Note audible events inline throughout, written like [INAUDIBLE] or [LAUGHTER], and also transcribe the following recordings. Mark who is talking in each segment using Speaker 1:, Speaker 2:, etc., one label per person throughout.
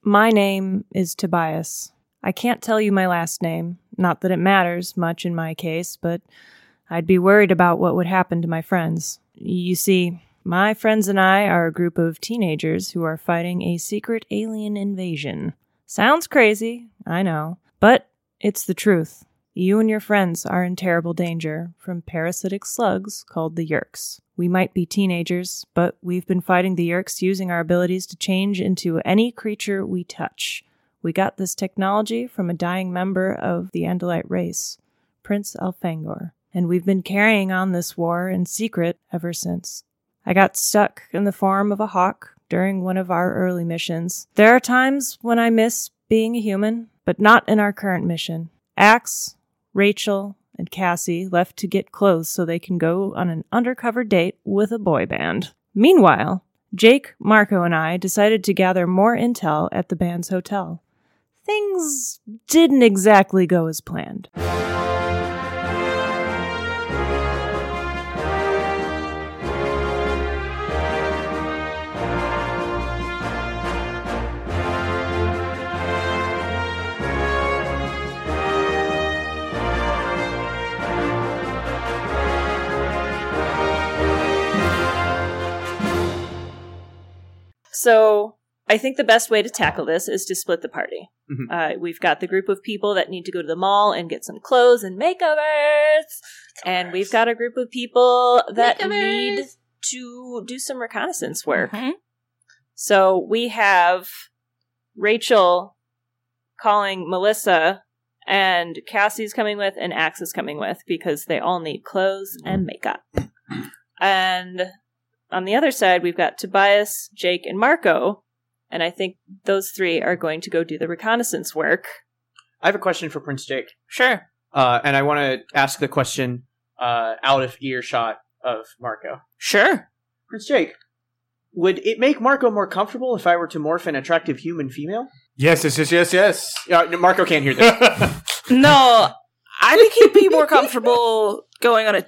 Speaker 1: My name is Tobias. I can't tell you my last name. Not that it matters much in my case, but I'd be worried about what would happen to my friends. You see, my friends and I are a group of teenagers who are fighting a secret alien invasion. Sounds crazy, I know, but it's the truth. You and your friends are in terrible danger from parasitic slugs called the Yerks. We might be teenagers, but we've been fighting the Yerks using our abilities to change into any creature we touch. We got this technology from a dying member of the Andalite race, Prince Alfangor, and we've been carrying on this war in secret ever since. I got stuck in the form of a hawk during one of our early missions. There are times when I miss being a human, but not in our current mission. Axe, Rachel, and Cassie left to get clothes so they can go on an undercover date with a boy band. Meanwhile, Jake, Marco, and I decided to gather more intel at the band's hotel. Things didn't exactly go as planned. So I think the best way to tackle this is to split the party.
Speaker 2: Mhm.
Speaker 1: Uh, we've got the group of people that need to go to the mall and get some clothes and makeovers, and we've got a group of people that need to do some reconnaissance work.
Speaker 3: Mhm.
Speaker 1: So we have Rachel calling Melissa, and Cassie's coming with, and Axe is coming with because they all need clothes and makeup. And on the other side, we've got Tobias, Jake, and Marco. And I think those three are going to go do the reconnaissance work.
Speaker 2: I have a question for Prince Jake,
Speaker 3: Sure.
Speaker 2: uh, and I want to ask the question uh, out of earshot of Marco.
Speaker 3: Sure.
Speaker 2: Prince Jake, would it make Marco more comfortable if I were to morph an attractive human female?
Speaker 4: Yes, yes, yes, yes, yes.
Speaker 2: Uh, no, Marco can't hear this.
Speaker 4: [LAUGHS]
Speaker 3: No, I think he'd be more comfortable going on a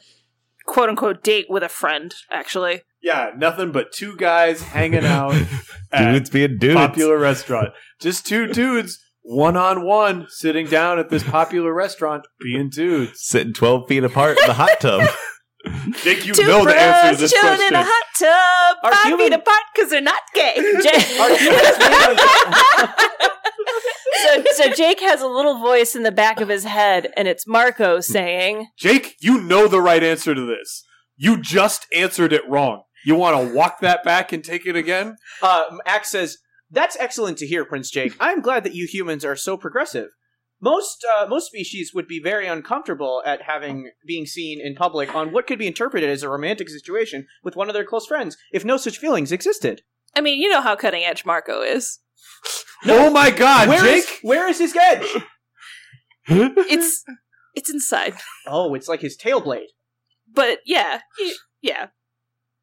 Speaker 3: quote unquote date with a friend, actually.
Speaker 4: yeah, nothing but two guys
Speaker 5: [LAUGHS]
Speaker 4: hanging out at
Speaker 5: dudes being
Speaker 4: a
Speaker 5: dudes.
Speaker 4: popular restaurant. Just two dudes, one on one, sitting down at this popular restaurant, being dudes.
Speaker 5: Sitting 12 feet apart in the hot tub.
Speaker 4: Jake, you
Speaker 3: Two
Speaker 4: know the answer to
Speaker 3: bros
Speaker 4: this
Speaker 3: chilling
Speaker 4: question.
Speaker 3: in a hot tub,
Speaker 2: Are
Speaker 3: five
Speaker 2: human-
Speaker 3: feet apart because they're not
Speaker 2: [LAUGHS]
Speaker 3: gay. [LAUGHS]
Speaker 2: Are
Speaker 1: Jake-
Speaker 2: humans made [LAUGHS] of-
Speaker 1: so, so Jake has a little voice in the back of his head, and it's Marco saying,
Speaker 4: [LAUGHS] Jake, you know the right answer to this. You just answered it wrong. You want to walk that back and take it again?
Speaker 2: Uh, Axe says, "That's excellent to hear, Prince Jake. I'm glad that you humans are so progressive. Most uh, most species would be very uncomfortable at having being seen in public on what could be interpreted as a romantic situation with one of their close friends, if no such feelings existed.
Speaker 3: I mean, you know how cutting edge Marco is.
Speaker 4: oh my God,
Speaker 2: Where is-
Speaker 4: Jake!
Speaker 2: where is his edge?
Speaker 3: It's
Speaker 1: [LAUGHS]
Speaker 3: it's inside,
Speaker 2: oh, it's like his tail blade.
Speaker 3: but yeah, you, yeah,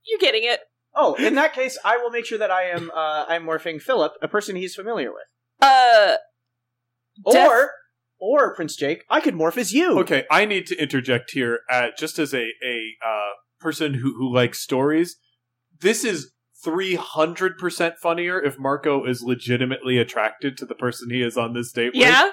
Speaker 3: you're getting it.
Speaker 2: Oh, in that case, I will make sure that I am uh, I'm morphing Philip, a person he's familiar with,
Speaker 3: Uh, Def-
Speaker 2: or or Prince Jake, I could morph as you.
Speaker 4: Okay, I need to interject here, uh, just as a a uh, person who who likes stories. This is three hundred percent funnier if Marco is legitimately attracted to the person he is on this date with.
Speaker 3: yeah,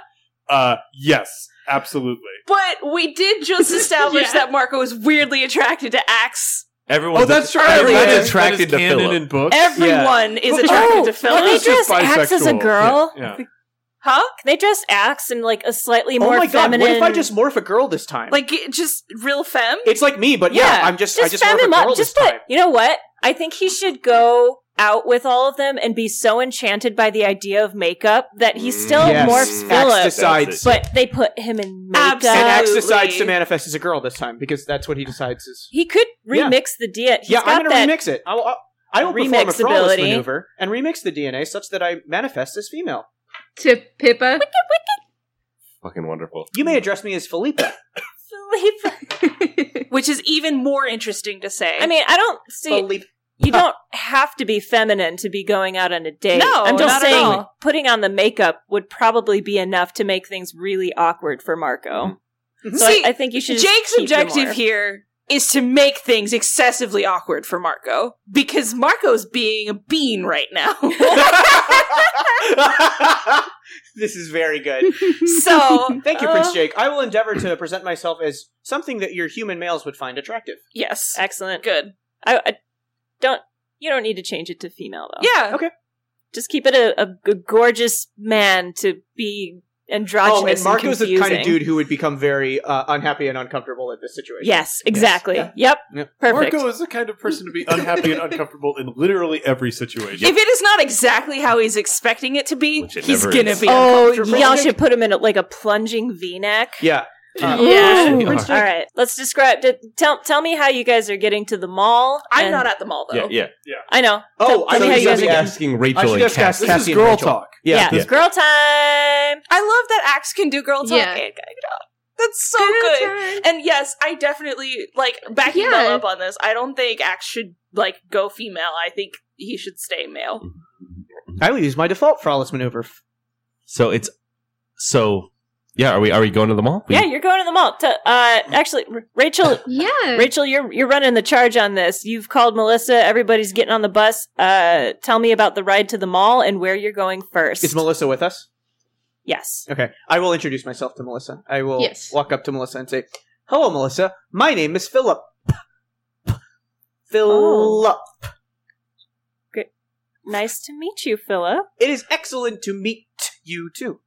Speaker 4: Uh, yes, absolutely.
Speaker 3: but we did
Speaker 1: [LAUGHS]
Speaker 3: just establish
Speaker 6: Yeah.
Speaker 3: that Marco is weirdly attracted to Axe.
Speaker 4: Oh,
Speaker 5: Everyone's
Speaker 3: Everyone's
Speaker 4: That is-
Speaker 5: attracted
Speaker 4: that is
Speaker 5: to
Speaker 4: canon
Speaker 5: Philip.
Speaker 4: in books.
Speaker 3: Everyone is
Speaker 4: Oh,
Speaker 3: attracted to
Speaker 1: Can
Speaker 3: Philip,
Speaker 1: they
Speaker 4: Phyllis is
Speaker 1: dress Axe as a
Speaker 4: bisexual.
Speaker 1: girl?
Speaker 4: Yeah.
Speaker 3: huh?
Speaker 1: Can they dress Axe in like a slightly
Speaker 2: Oh
Speaker 1: more
Speaker 2: my god!
Speaker 1: feminine?
Speaker 2: What if I just morph a girl this time?
Speaker 3: Like it- just real femme.
Speaker 2: It's like me, but yeah,
Speaker 1: Yeah,
Speaker 2: I'm just, I
Speaker 1: just,
Speaker 2: just
Speaker 1: fem
Speaker 2: want
Speaker 1: him
Speaker 2: a girl
Speaker 1: up. Just
Speaker 2: this
Speaker 1: put.
Speaker 2: time.
Speaker 1: You know what? I think he should go out with all of them and be so enchanted by the idea of makeup that he still
Speaker 2: Mm, Yes.
Speaker 1: morphs
Speaker 2: Axe
Speaker 1: Philip,
Speaker 2: decides.
Speaker 1: but they put him in makeup.
Speaker 3: Absolutely.
Speaker 2: and Axe decides to
Speaker 3: Absolutely.
Speaker 2: manifest as a girl this time because that's what he decides is.
Speaker 1: He could
Speaker 2: Yeah.
Speaker 1: remix the DNA. He's
Speaker 2: yeah, I'm
Speaker 1: got
Speaker 2: gonna
Speaker 1: that.
Speaker 2: remix it. I'll, I'll, I will perform a flawless
Speaker 1: Remixability.
Speaker 2: maneuver and remix the DNA such that I manifest as female.
Speaker 6: to Pippa.
Speaker 5: Fucking wonderful.
Speaker 2: You may address me as Felipe.
Speaker 3: which is even more interesting to say.
Speaker 1: I mean, I don't [LAUGHS] see. [LAUGHS]
Speaker 2: Felipe.
Speaker 1: You don't have to be feminine to be going out on a date.
Speaker 3: No,
Speaker 1: I'm just
Speaker 3: not at
Speaker 1: saying
Speaker 3: all.
Speaker 1: putting on the makeup would probably be enough to make things really awkward for
Speaker 5: Mm.
Speaker 1: Marco. So
Speaker 3: Mm-hmm. See,
Speaker 1: I, I think you should. just
Speaker 3: Jake's
Speaker 1: keep him
Speaker 3: objective
Speaker 1: more.
Speaker 3: here is to make things
Speaker 1: [LAUGHS]
Speaker 3: excessively awkward for Marco because Marco's being a bean right now.
Speaker 1: Oh.
Speaker 2: [LAUGHS] this is very good.
Speaker 1: [LAUGHS] So
Speaker 2: Thank you,
Speaker 1: uh,
Speaker 2: Prince Jake. I will endeavor to present myself as something that your human males would find attractive.
Speaker 1: Yes.
Speaker 3: Excellent.
Speaker 1: Good.
Speaker 3: I, I don't. You don't need to change it to female though.
Speaker 1: Yeah.
Speaker 2: Okay.
Speaker 3: Just keep it a, a g- gorgeous man to be androgynous
Speaker 2: oh, and Marco's the kind of
Speaker 3: confusing.
Speaker 2: dude who would become very uh, unhappy and uncomfortable at this situation.
Speaker 3: Yes, exactly.
Speaker 2: Yeah.
Speaker 3: Yep.
Speaker 2: Yep.
Speaker 3: Perfect.
Speaker 7: Marco is the kind of person to be unhappy and uncomfortable in literally every situation.
Speaker 1: If it is not exactly how he's expecting it to be,
Speaker 4: Which it
Speaker 1: he's
Speaker 4: never
Speaker 1: gonna
Speaker 4: is.
Speaker 1: be.
Speaker 4: [LAUGHS]
Speaker 3: oh,
Speaker 1: uncomfortable.
Speaker 3: y'all should put him in a, like a plunging V-neck.
Speaker 2: [LAUGHS] Yeah. Uh,
Speaker 3: [LAUGHS]
Speaker 8: [LAUGHS]
Speaker 3: Yeah.
Speaker 4: Ooh.
Speaker 3: All right. Let's describe. d- Tell tell me how you guys are getting to the mall.
Speaker 1: I'm
Speaker 3: and-
Speaker 1: not at the mall though.
Speaker 4: Yeah, yeah.
Speaker 3: I know.
Speaker 2: Oh,
Speaker 3: Tell
Speaker 2: I
Speaker 3: me
Speaker 2: know
Speaker 3: how you guys
Speaker 2: exactly.
Speaker 3: are
Speaker 2: Ask,
Speaker 4: asking
Speaker 2: I
Speaker 4: Rachel
Speaker 2: should
Speaker 4: and
Speaker 2: just ask
Speaker 4: Cassie.
Speaker 7: This
Speaker 2: Cassie
Speaker 7: is
Speaker 2: and
Speaker 7: girl
Speaker 2: Rachel.
Speaker 7: talk.
Speaker 3: Yeah.
Speaker 2: Yeah.
Speaker 3: It's girl time.
Speaker 1: I love that Axe can do girl talk.
Speaker 8: Yeah.
Speaker 1: Yeah. That's so good. And yes, I definitely like backing
Speaker 8: Yeah.
Speaker 1: Mel up on this. I don't think Axe should like go female. I think he should stay male.
Speaker 2: I will use my default flawless maneuver.
Speaker 4: So it's so yeah. Are we are we going to the mall? We-
Speaker 3: Yeah, you're going to the mall. To, uh, actually, R- Rachel,
Speaker 8: Yeah.
Speaker 3: Rachel, you're you're running the charge on this. You've called Melissa. Everybody's getting on the bus. Uh, tell me about the ride to the mall and where you're going first.
Speaker 2: Is Melissa with us?
Speaker 3: yes.
Speaker 2: Okay. I will introduce myself to Melissa. I will
Speaker 8: Yes.
Speaker 2: walk up to Melissa and say, Hello, Melissa. My name is Philip. Philip.
Speaker 3: Nice to meet you, Philip.
Speaker 2: It is excellent to meet you too.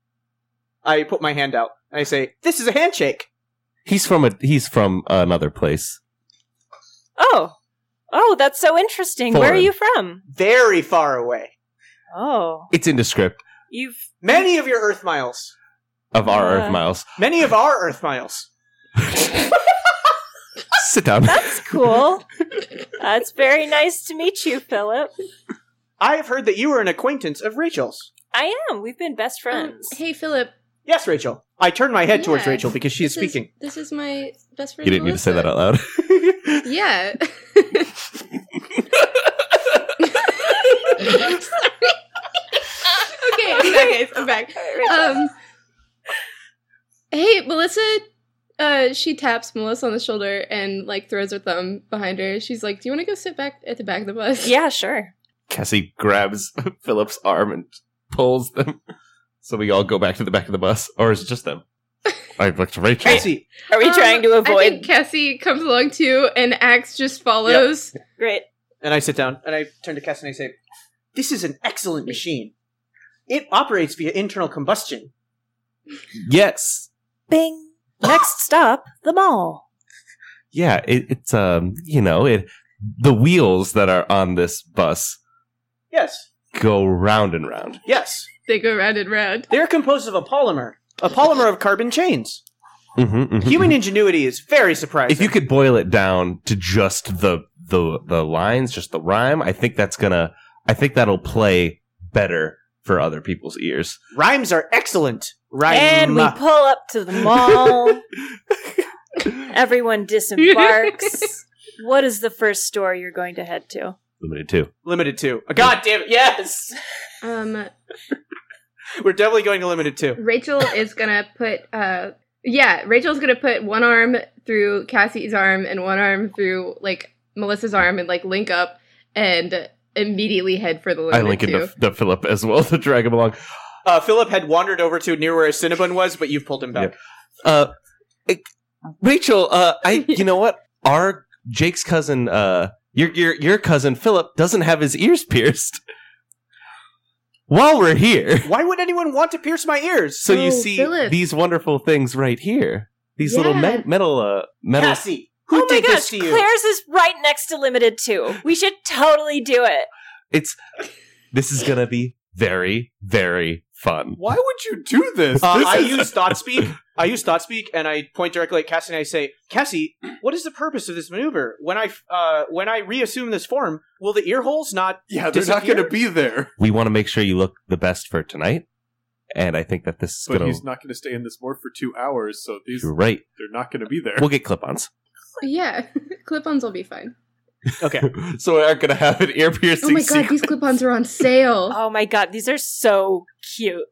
Speaker 2: I put my hand out and I say, This is a handshake.
Speaker 4: he's from a he's from another place.
Speaker 3: Oh, oh, that's so interesting. Where are
Speaker 4: Foreign.
Speaker 3: you from?
Speaker 2: Very far away.
Speaker 3: Oh,
Speaker 4: It's indescript
Speaker 3: you've
Speaker 2: Many of your Earth miles.
Speaker 4: of our
Speaker 3: Uh.
Speaker 4: Earth miles.
Speaker 2: Many of our Earth miles.
Speaker 4: Sit down.
Speaker 3: that's cool. uh, it's very nice to meet you, Philip.
Speaker 2: I have heard that you are an acquaintance of Rachel's.
Speaker 3: I am. We've been best
Speaker 8: Um,
Speaker 3: friends.
Speaker 8: hey, Philip.
Speaker 2: Yes, Rachel. I turn my head towards
Speaker 8: Yeah.
Speaker 2: Rachel because she is
Speaker 8: This
Speaker 2: speaking.
Speaker 8: This is my best friend.
Speaker 4: You didn't need to say that out
Speaker 8: Melissa.
Speaker 4: loud.
Speaker 3: [LAUGHS]
Speaker 8: Yeah. [LAUGHS] okay, I'm back, guys. I'm back. Um, hey, Melissa. Uh, she taps Melissa on the shoulder and like throws her thumb behind her. She's like, "Do you want to go sit back at the back of the bus?"
Speaker 3: yeah, sure.
Speaker 4: Cassie grabs [LAUGHS] Philip's arm and pulls them. So we all go back to the back of the bus, or is it just
Speaker 8: [LAUGHS]
Speaker 4: them? I looked to Rachel.
Speaker 2: Cassie,
Speaker 3: Are we
Speaker 8: Um,
Speaker 3: trying to
Speaker 8: I
Speaker 3: avoid?
Speaker 8: think Cassie comes along too, and Axe just follows.
Speaker 3: Great.
Speaker 2: And I sit down and I turn to Cass and I say, This is an excellent machine. It operates via internal combustion.
Speaker 4: Yes.
Speaker 3: Bing. Next stop, the mall.
Speaker 4: Yeah. It, it's um. You know it. The wheels that are on this bus
Speaker 2: Yes,
Speaker 4: go round and round.
Speaker 2: yes.
Speaker 8: They go round and round.
Speaker 2: They're composed of a polymer, a polymer of carbon
Speaker 4: [LAUGHS]
Speaker 2: chains.
Speaker 4: Mm-hmm,
Speaker 2: Human ingenuity is very surprising.
Speaker 4: If you could boil it down to just the the the lines, just the rhyme, I think that's gonna. I think that'll play better for other people's ears.
Speaker 2: Rhymes are excellent. Rhyme.
Speaker 3: And we pull up to
Speaker 4: [LAUGHS]
Speaker 3: the mall. Everyone disembarks. what is the first store you're going to head to?
Speaker 4: Limited too.
Speaker 2: limited two. God damn it! Yes,
Speaker 8: Um,
Speaker 2: [LAUGHS] we're definitely going to limited two.
Speaker 8: Rachel is gonna put uh yeah, Rachel's gonna put one arm through Cassie's arm and one arm through like Melissa's arm and like link up and immediately head for the
Speaker 4: I
Speaker 8: limited
Speaker 4: link into
Speaker 8: two.
Speaker 4: to Philip as well [LAUGHS] to drag him along.
Speaker 2: Uh, Philip had wandered over to near where Cinnabon was, but you've pulled him back.
Speaker 4: Uh, it- Rachel, uh,
Speaker 8: [LAUGHS]
Speaker 4: I you know what? Our Jake's cousin, uh, your your your cousin Philip doesn't have his ears pierced. [LAUGHS] While we're here,
Speaker 2: Why would anyone want to pierce my ears?
Speaker 4: so you
Speaker 8: Oh,
Speaker 4: see
Speaker 8: Philip.
Speaker 4: these wonderful things right here. These little
Speaker 8: Yeah.
Speaker 4: me- metal uh, metal
Speaker 2: Cassie, who
Speaker 3: oh my
Speaker 2: did
Speaker 3: gosh,
Speaker 2: this to you?
Speaker 3: Claire's is right next to Limited 2. We should totally do it.
Speaker 4: It's this is gonna be very very fun.
Speaker 7: Why would you do this?
Speaker 2: Uh,
Speaker 7: This
Speaker 2: I
Speaker 7: is-
Speaker 2: use thought speak. I use thought speak, and I point directly at Cassie, and I say, "Cassie, what is the purpose of this maneuver? When I uh, when I reassume this form, will the ear holes not?
Speaker 7: yeah, they're not going
Speaker 2: Disappear?
Speaker 7: to be there.
Speaker 4: We want to make sure you look the best for tonight, and I think that this is
Speaker 7: But
Speaker 4: gonna.
Speaker 7: he's not going to stay in this morgue for two hours, so these
Speaker 4: You're right.
Speaker 7: they're not going to be there.
Speaker 4: We'll get clip-ons.
Speaker 8: Yeah. [LAUGHS] clip-ons will be fine.
Speaker 2: Okay,
Speaker 4: so we aren't gonna have an ear piercing.
Speaker 8: Oh my
Speaker 4: [LAUGHS]
Speaker 8: god, these clip-ons are on sale.
Speaker 3: [LAUGHS] Oh my god, these are so cute.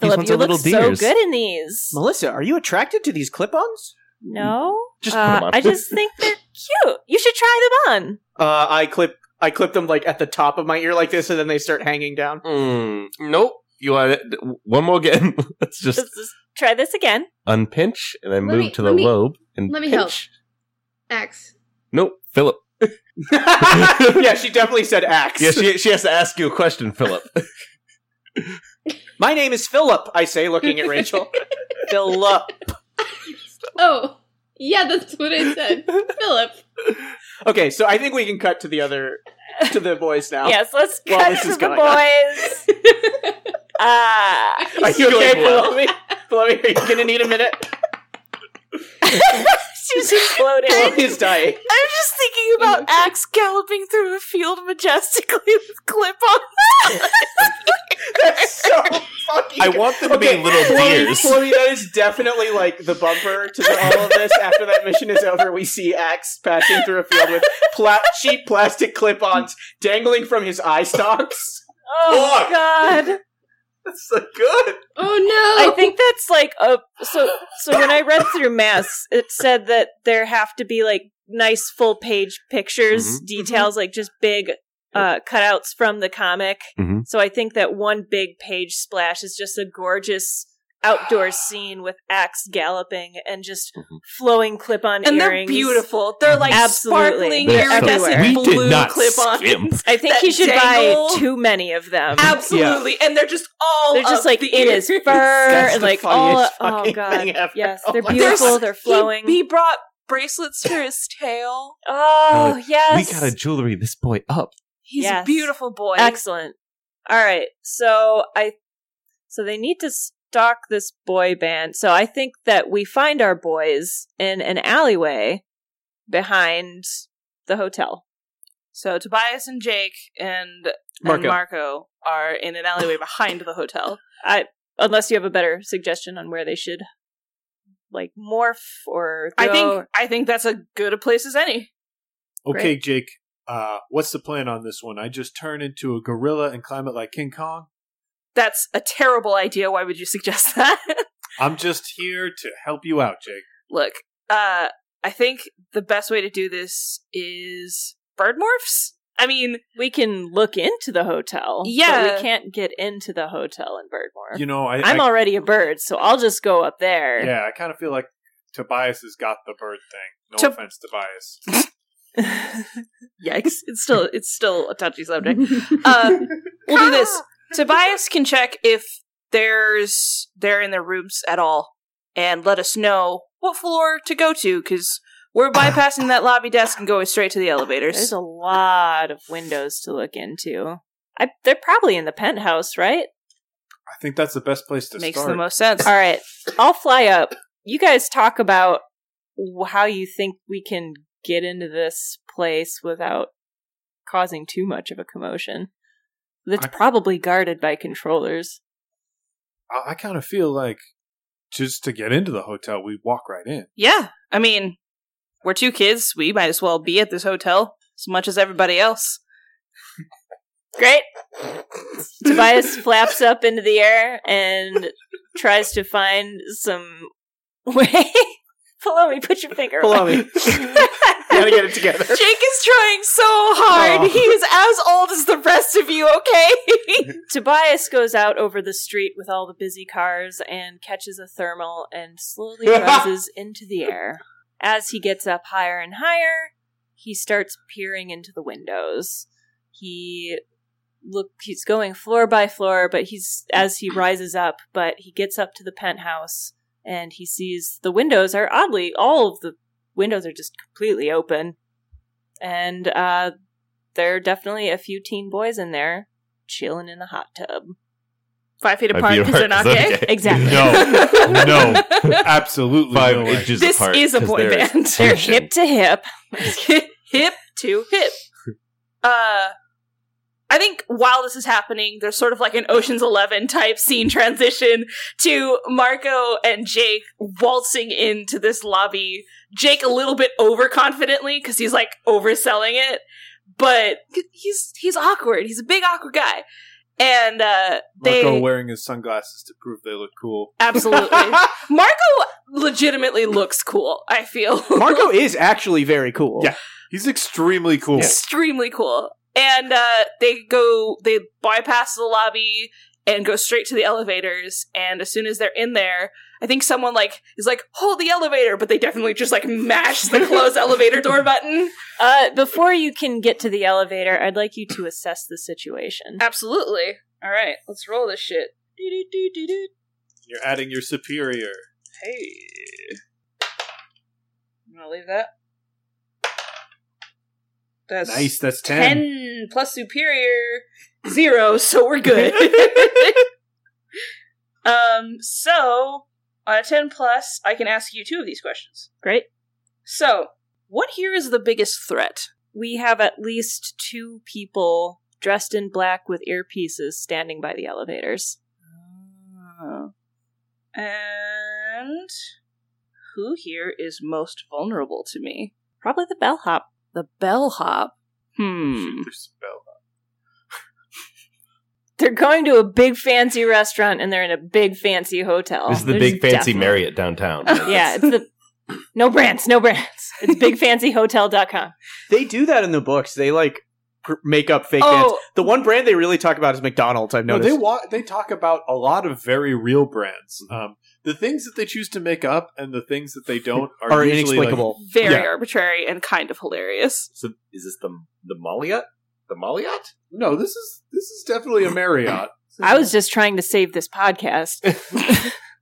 Speaker 3: Philip,
Speaker 4: ones
Speaker 3: you
Speaker 4: are
Speaker 3: look
Speaker 4: little
Speaker 3: so
Speaker 4: deers.
Speaker 3: good in these.
Speaker 2: [LAUGHS] Melissa, are you attracted to these clip-ons?
Speaker 3: No?
Speaker 4: Just put
Speaker 3: Uh,
Speaker 4: 'em on.
Speaker 3: I just think they're cute. You should try them on.
Speaker 2: Uh, I clip I clip them like at the top of my ear like this, and then they start hanging [LAUGHS] down.
Speaker 4: Mm, nope. You want it? One more again. [LAUGHS] Let's just
Speaker 3: Let's just try this again.
Speaker 4: unpinch and then
Speaker 8: Let
Speaker 4: move
Speaker 8: me-
Speaker 4: to the
Speaker 8: let me-
Speaker 4: lobe and
Speaker 8: let me
Speaker 4: pinch.
Speaker 8: help. Axe.
Speaker 4: Nope, Philip.
Speaker 2: yeah, she definitely said axe.
Speaker 4: [LAUGHS] Yeah, she, she has to ask you a question, Philip. [LAUGHS]
Speaker 2: My name is Philip. I say, looking at [LAUGHS] Rachel. Philip. [LAUGHS]
Speaker 8: Oh, yeah, that's what
Speaker 4: [LAUGHS]
Speaker 8: I said. Philip.
Speaker 2: Okay, so I think we can cut to the other to the boys now.
Speaker 3: Yes, let's
Speaker 2: While
Speaker 3: cut
Speaker 2: this
Speaker 3: to
Speaker 2: is
Speaker 3: the
Speaker 2: going on.
Speaker 1: [LAUGHS]
Speaker 3: boys. Ah,
Speaker 2: Are [LAUGHS] you okay,
Speaker 4: Feeling well.
Speaker 2: Paloma? Paloma, are you gonna need a minute?
Speaker 3: she's
Speaker 2: [LAUGHS]
Speaker 3: exploding.
Speaker 2: Paloma's dying.
Speaker 1: I'm just thinking about Axe galloping through a field majestically with clip on.
Speaker 2: That's so fucking.
Speaker 4: I want them to be little
Speaker 2: Paloma-
Speaker 4: deers. [LAUGHS]
Speaker 2: Paloma, that is definitely like the bumper to the- all of this. After that mission is over, we see Axe passing through a field with pla- cheap plastic clip-ons dangling from his eye stalks. [LAUGHS]
Speaker 3: Oh God!
Speaker 2: That's so good.
Speaker 8: Oh
Speaker 1: [LAUGHS]
Speaker 8: no!
Speaker 3: I think that's like a so. So when I read through mass, it said that there have to be like nice full page pictures,
Speaker 2: Mm-hmm.
Speaker 3: details, like just big uh, cutouts from the comic.
Speaker 2: Mm-hmm.
Speaker 4: Mhm.
Speaker 3: So I think that one big page splash is just a gorgeous outdoor scene with axe galloping and just
Speaker 2: Mm-hmm.
Speaker 4: Mhm.
Speaker 3: flowing clip-on
Speaker 1: And they're
Speaker 3: earrings.
Speaker 1: beautiful. They're like
Speaker 3: Absolutely.
Speaker 1: sparkling,
Speaker 3: They're
Speaker 1: iridescent
Speaker 3: everywhere.
Speaker 4: We did
Speaker 1: blue
Speaker 4: not
Speaker 1: clip on.
Speaker 4: skim.
Speaker 3: I think
Speaker 1: that
Speaker 3: he should
Speaker 1: dangle.
Speaker 3: buy too many of them.
Speaker 1: Absolutely. And they're just all
Speaker 3: They're just
Speaker 1: up
Speaker 3: like
Speaker 1: the
Speaker 3: in his
Speaker 1: [LAUGHS]
Speaker 3: fur
Speaker 1: ears.
Speaker 2: That's
Speaker 3: and
Speaker 2: the
Speaker 3: like all.
Speaker 2: funniest
Speaker 3: Oh
Speaker 2: fucking
Speaker 3: god!
Speaker 2: thing ever.
Speaker 3: Yes,
Speaker 2: Oh
Speaker 3: they're
Speaker 2: my
Speaker 3: beautiful.
Speaker 1: God.
Speaker 3: They're
Speaker 1: He-
Speaker 3: flowing.
Speaker 1: He, brought bracelets for his tail.
Speaker 3: oh
Speaker 4: We
Speaker 3: yes,
Speaker 4: gotta jewelry this boy up.
Speaker 1: He's a
Speaker 3: Yes.
Speaker 1: beautiful boy.
Speaker 3: excellent. All right, so I, so they need to stalk this boy band. So I think that we find our boys in an alleyway behind the hotel.
Speaker 1: So Tobias and Jake and Marco. and
Speaker 2: Marco.
Speaker 1: Marco are in an alleyway behind the hotel.
Speaker 3: I unless you have a better suggestion on where they should like morph or
Speaker 1: I
Speaker 3: go.
Speaker 1: think I think that's a good a place as any.
Speaker 7: Okay, Jake. Uh, what's the plan on this one? I just turn into a gorilla and climb it like King Kong.
Speaker 1: That's a terrible idea. Why would you suggest [LAUGHS] that?
Speaker 7: I'm just here to help you out, Jake.
Speaker 1: Look, uh, I think the best way to do this is bird morphs. I mean,
Speaker 3: we can look into the hotel. but
Speaker 1: Yeah.
Speaker 3: we can't get into the hotel in Birdmore.
Speaker 7: You know, I,
Speaker 3: I'm
Speaker 7: I-
Speaker 3: already a bird, so I'll just go up there.
Speaker 7: yeah, I kind of feel like Tobias has got the bird thing. No
Speaker 1: To-
Speaker 7: offense, Tobias.
Speaker 3: [LAUGHS]
Speaker 1: yikes! It's still it's still a touchy subject. Uh, we'll do this. Tobias can check if there's they're in their rooms at all, and let us know what floor to go to because we're bypassing that lobby desk and going straight to the
Speaker 3: There's
Speaker 1: elevators.
Speaker 3: a lot of windows to look into. I, they're probably in the penthouse, right?
Speaker 7: I think that's the best place to
Speaker 1: Makes
Speaker 7: start.
Speaker 1: the most sense.
Speaker 3: All right, I'll fly up. You guys talk about wh- how you think we can get into this place without causing too much of a commotion. That's
Speaker 7: I-
Speaker 3: probably guarded by controllers.
Speaker 7: I, I kind of feel like just to get into the hotel, we walk right in.
Speaker 1: Yeah, I mean, we're two kids. We might as well be at this hotel as much as everybody else.
Speaker 3: Great. Tobias flaps up into the air and tries to find
Speaker 1: [LAUGHS]
Speaker 3: some way. Paloma, put your finger.
Speaker 2: Paloma,
Speaker 3: away.
Speaker 2: gotta get it [LAUGHS] together.
Speaker 1: Jake is trying so hard.
Speaker 2: Oh.
Speaker 1: He is as old as the rest of you. Okay. [LAUGHS]
Speaker 3: Tobias goes out over the street with all the busy cars and catches a thermal and slowly rises into the air. As he gets up higher and higher, he starts peering into the windows. He look he's going floor by floor, but he's as he rises up, but he gets up to the penthouse and he sees the windows are oddly all of the windows are just completely open. And uh there are definitely a few teen boys in there chilling in the hot tub.
Speaker 1: Five feet apart because they're not gay.
Speaker 3: Exactly.
Speaker 4: [LAUGHS]
Speaker 7: No, absolutely
Speaker 4: Five
Speaker 7: no way.
Speaker 4: inches
Speaker 1: This
Speaker 4: apart.
Speaker 1: is a
Speaker 4: 'cause
Speaker 1: boy
Speaker 4: there is
Speaker 1: band.
Speaker 3: They're
Speaker 4: tension.
Speaker 3: hip to hip.
Speaker 1: [LAUGHS] hip to hip. Uh, I think while this is happening, there's sort of like an Ocean's Eleven type scene [LAUGHS] transition to Marco and Jake waltzing into this lobby. Jake a little bit overconfidently because he's like overselling it, but he's he's awkward. He's a big awkward guy, and uh, they
Speaker 7: Marco wearing his sunglasses to prove they look cool.
Speaker 1: absolutely
Speaker 3: [LAUGHS]
Speaker 1: Marco legitimately looks cool. I feel
Speaker 3: [LAUGHS]
Speaker 2: Marco is actually very cool.
Speaker 7: Yeah. He's extremely cool.
Speaker 1: extremely cool. and uh, they go they bypass the lobby and go straight to the elevators and as soon as they're in there i think someone like is like hold the elevator but they definitely just like mash the [LAUGHS] close elevator door button
Speaker 3: Uh, before you can get to the elevator, I'd like you to assess the situation.
Speaker 1: absolutely all right let's roll this shit Do-do-do-do-do.
Speaker 7: You're adding your superior.
Speaker 1: hey i'm gonna leave that that's
Speaker 7: Nice, that's 10.
Speaker 1: 10 plus superior 0 so we're good um so on a 10 plus i can ask you two of these questions
Speaker 3: Great.
Speaker 1: so what here is the biggest threat
Speaker 3: We have at least two people dressed in black with earpieces standing by the elevators.
Speaker 1: Ah. and who here is most vulnerable to me
Speaker 3: Probably the bellhop.
Speaker 1: the bellhop hmm
Speaker 7: Shoot, there's spell.
Speaker 3: They're going to a big fancy restaurant and they're in a big fancy hotel.
Speaker 4: this is the
Speaker 3: There's
Speaker 4: big fancy
Speaker 3: Oh, definitely-
Speaker 4: Marriott downtown.
Speaker 1: Oh,
Speaker 3: Yeah,
Speaker 4: [LAUGHS]
Speaker 3: it's the no brands, no brands.
Speaker 1: [LAUGHS]
Speaker 3: It's bigfancyhotel.com.
Speaker 2: They do that in the books. They like gr- make up fake brands.
Speaker 1: oh
Speaker 2: The one brand they really talk about is McDonald's. I've
Speaker 7: No,
Speaker 2: noticed.
Speaker 7: they wa- they talk about a lot of very real brands. Um, the things that they choose to make up and the things that they don't [LAUGHS] are,
Speaker 2: are
Speaker 7: usually, like-
Speaker 2: inexplicable.
Speaker 1: very
Speaker 7: Yeah.
Speaker 1: arbitrary and kind of hilarious
Speaker 9: So is this the the Maliot? The Maliot?
Speaker 7: no, this is this is definitely a [LAUGHS] Marriott.
Speaker 3: I was just trying to save this podcast.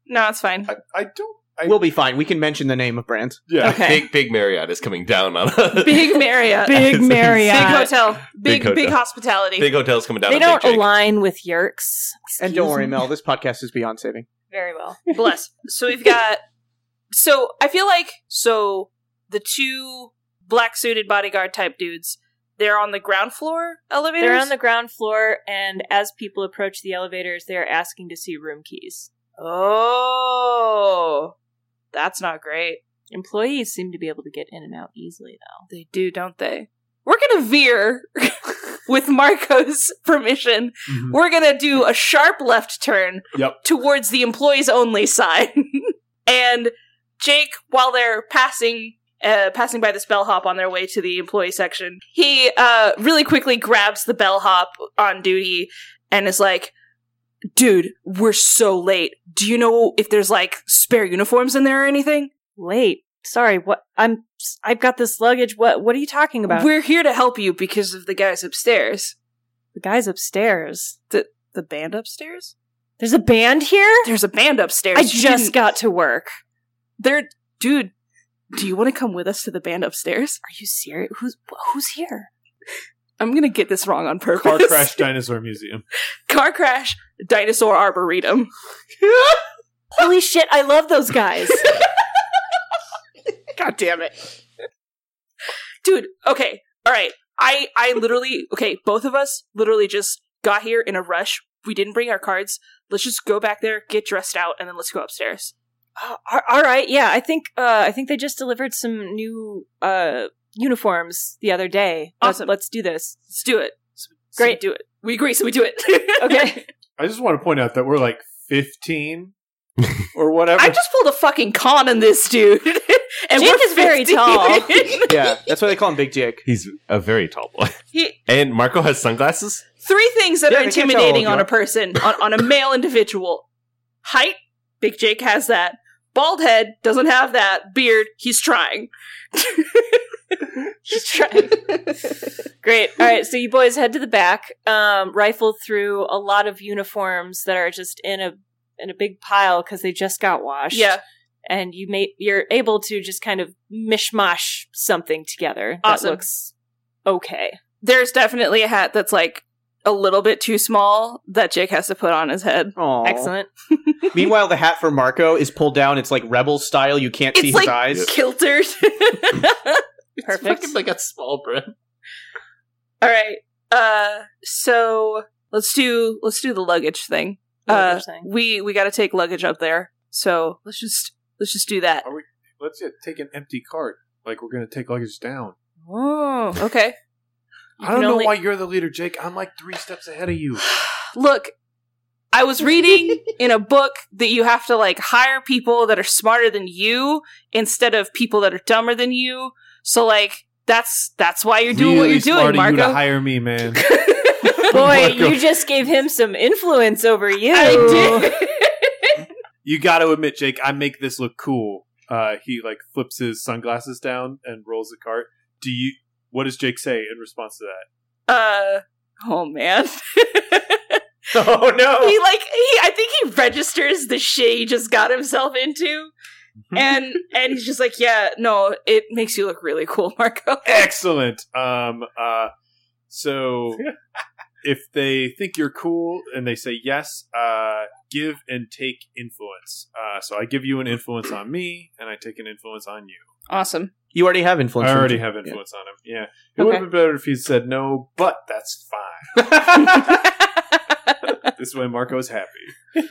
Speaker 1: no it's fine
Speaker 4: Uh,
Speaker 7: I, I don't. I,
Speaker 2: We'll be fine. We can mention the name of brands.
Speaker 7: yeah. [LAUGHS]
Speaker 1: okay
Speaker 4: Big big Marriott is coming down on us. [LAUGHS]
Speaker 1: big Marriott, big,
Speaker 4: Big Marriott.
Speaker 1: hotel, big
Speaker 4: Big
Speaker 1: big,
Speaker 4: hotel.
Speaker 1: hospitality.
Speaker 4: Big hotels coming down.
Speaker 3: They
Speaker 4: on
Speaker 3: don't
Speaker 4: Big Jake.
Speaker 3: align with
Speaker 4: [LAUGHS]
Speaker 3: Yerks.
Speaker 2: And don't worry, Mel, this podcast is beyond
Speaker 3: [LAUGHS]
Speaker 2: saving.
Speaker 3: Very well.
Speaker 1: Bless. So we've got. So I feel like so the two black suited bodyguard type dudes. They're on the ground floor elevators.
Speaker 3: They're on the ground floor, and as people approach the elevators, they are asking to see room keys.
Speaker 1: oh, that's not great.
Speaker 3: Employees seem to be able to get in and out easily, though.
Speaker 1: They do, don't they? We're gonna veer [LAUGHS] with Marco's permission.
Speaker 7: Mhm.
Speaker 1: We're gonna do a sharp left turn
Speaker 7: Yep.
Speaker 1: towards the employees only side. [LAUGHS] and Jake, while they're passing uh, passing by this bellhop on their way to the employee section, he uh, really quickly grabs the bellhop on duty and is like, "Dude, we're so late. Do you know if there's like spare uniforms in there or anything?"
Speaker 3: Late. Sorry. What? I'm. I've got this luggage. What? What are you talking about?
Speaker 1: We're here to help you because of the guys upstairs.
Speaker 3: the guys upstairs.
Speaker 1: The band upstairs?
Speaker 3: There's a band here.
Speaker 1: There's a band upstairs.
Speaker 3: I
Speaker 1: You
Speaker 3: just
Speaker 1: didn't-
Speaker 3: got to work.
Speaker 1: there, dude. Do you want to come with us to the band upstairs?
Speaker 3: Are you serious? Who's Who's here?
Speaker 1: I'm gonna get this wrong on purpose.
Speaker 7: Car crash dinosaur museum.
Speaker 1: [LAUGHS] Car crash. Dinosaur arboretum. [LAUGHS]
Speaker 3: Holy shit! I love those guys.
Speaker 1: God damn it, dude. Okay, all right. I I literally okay. Both of us literally just got here in a rush. We didn't bring our cards. Let's just go back there, get dressed out, and then let's go upstairs.
Speaker 3: Uh, all- all right. Yeah, I think. Uh, I think they just delivered some new uh uniforms the other day. Let's-
Speaker 1: Awesome.
Speaker 3: Let's do this.
Speaker 1: Let's do it. So- so
Speaker 3: Great.
Speaker 1: we do it. We agree, so we do it. [LAUGHS]
Speaker 3: Okay.
Speaker 7: I just want to point out that we're like [LAUGHS] 15 or whatever.
Speaker 1: I just pulled a fucking con in this dude. [LAUGHS] and
Speaker 3: Jake
Speaker 1: we're
Speaker 3: is very
Speaker 1: 15. [LAUGHS]
Speaker 3: tall.
Speaker 2: Yeah, that's why they call him Big Jake.
Speaker 4: He's a very tall boy.
Speaker 1: He-
Speaker 4: and Marco has sunglasses.
Speaker 1: Three things that
Speaker 2: Yeah,
Speaker 1: are
Speaker 2: they can't
Speaker 1: intimidating
Speaker 2: tell how old
Speaker 1: on
Speaker 2: you
Speaker 1: a person, on, on a male individual. Height, Big Jake has that. Bald head, doesn't have that. Beard, he's trying.
Speaker 3: He's trying. Great. All right, so you boys head to the back, um, rifle through a lot of uniforms that are just in a in a big pile because they just got washed.
Speaker 1: Yeah,
Speaker 3: and you may you're able to just kind of mishmash something together
Speaker 1: Awesome.
Speaker 3: that looks okay.
Speaker 1: [LAUGHS] there's definitely a hat that's like a little bit too small that Jake has to put on his head.
Speaker 2: Aww.
Speaker 3: Excellent. [LAUGHS]
Speaker 2: Meanwhile, the hat for Marco is pulled down. It's like rebel style. You can't see
Speaker 1: It's like
Speaker 2: his eyes.
Speaker 1: kiltered. [LAUGHS]
Speaker 3: Perfect.
Speaker 9: like a small brim.
Speaker 1: All right. Uh, so let's do let's do the luggage thing. Uh,
Speaker 3: Luggage
Speaker 1: [LAUGHS]
Speaker 3: thing.
Speaker 1: we we got to take luggage up there. So let's just let's just do that.
Speaker 7: Let's yeah, take an empty cart. Like we're going to take luggage down.
Speaker 1: Oh, okay.
Speaker 7: I don't
Speaker 3: can
Speaker 7: know
Speaker 3: only-
Speaker 7: why you're the leader, Jake. I'm like three steps ahead of you.
Speaker 1: Look, I was reading in a book that you have to like hire people that are smarter than you instead of people that are dumber than you. So like That's that's why you're doing what you're doing,
Speaker 7: You to
Speaker 1: Marco.
Speaker 7: hire
Speaker 1: [LAUGHS]
Speaker 7: me, man.
Speaker 3: Boy,
Speaker 7: Marco.
Speaker 3: you just gave him some influence over you.
Speaker 1: Oh [LAUGHS] I did.
Speaker 7: you got to admit, Jake, I make this look cool. Uh, he like flips his sunglasses down and rolls the cart. Do you? What does Jake say in response to that?
Speaker 1: uh, oh man.
Speaker 2: Oh no!
Speaker 1: he like he I think he registers the shit he just got himself into. And and he's just like, yeah, no, it makes you look really cool, [LAUGHS] Marco.
Speaker 7: Excellent. Um. Uh. [LAUGHS] So, if they think you're cool and they say yes, uh, give and take influence. Uh, so I give you an influence on me, and I take an influence on you.
Speaker 1: Awesome.
Speaker 2: You already have influence.
Speaker 7: I
Speaker 2: from
Speaker 7: already
Speaker 2: Jake.
Speaker 7: have
Speaker 2: Yeah.
Speaker 7: influence on him. Yeah. It would have been better if he said no, but that's fine. [LAUGHS] This way, Marco is happy.
Speaker 4: And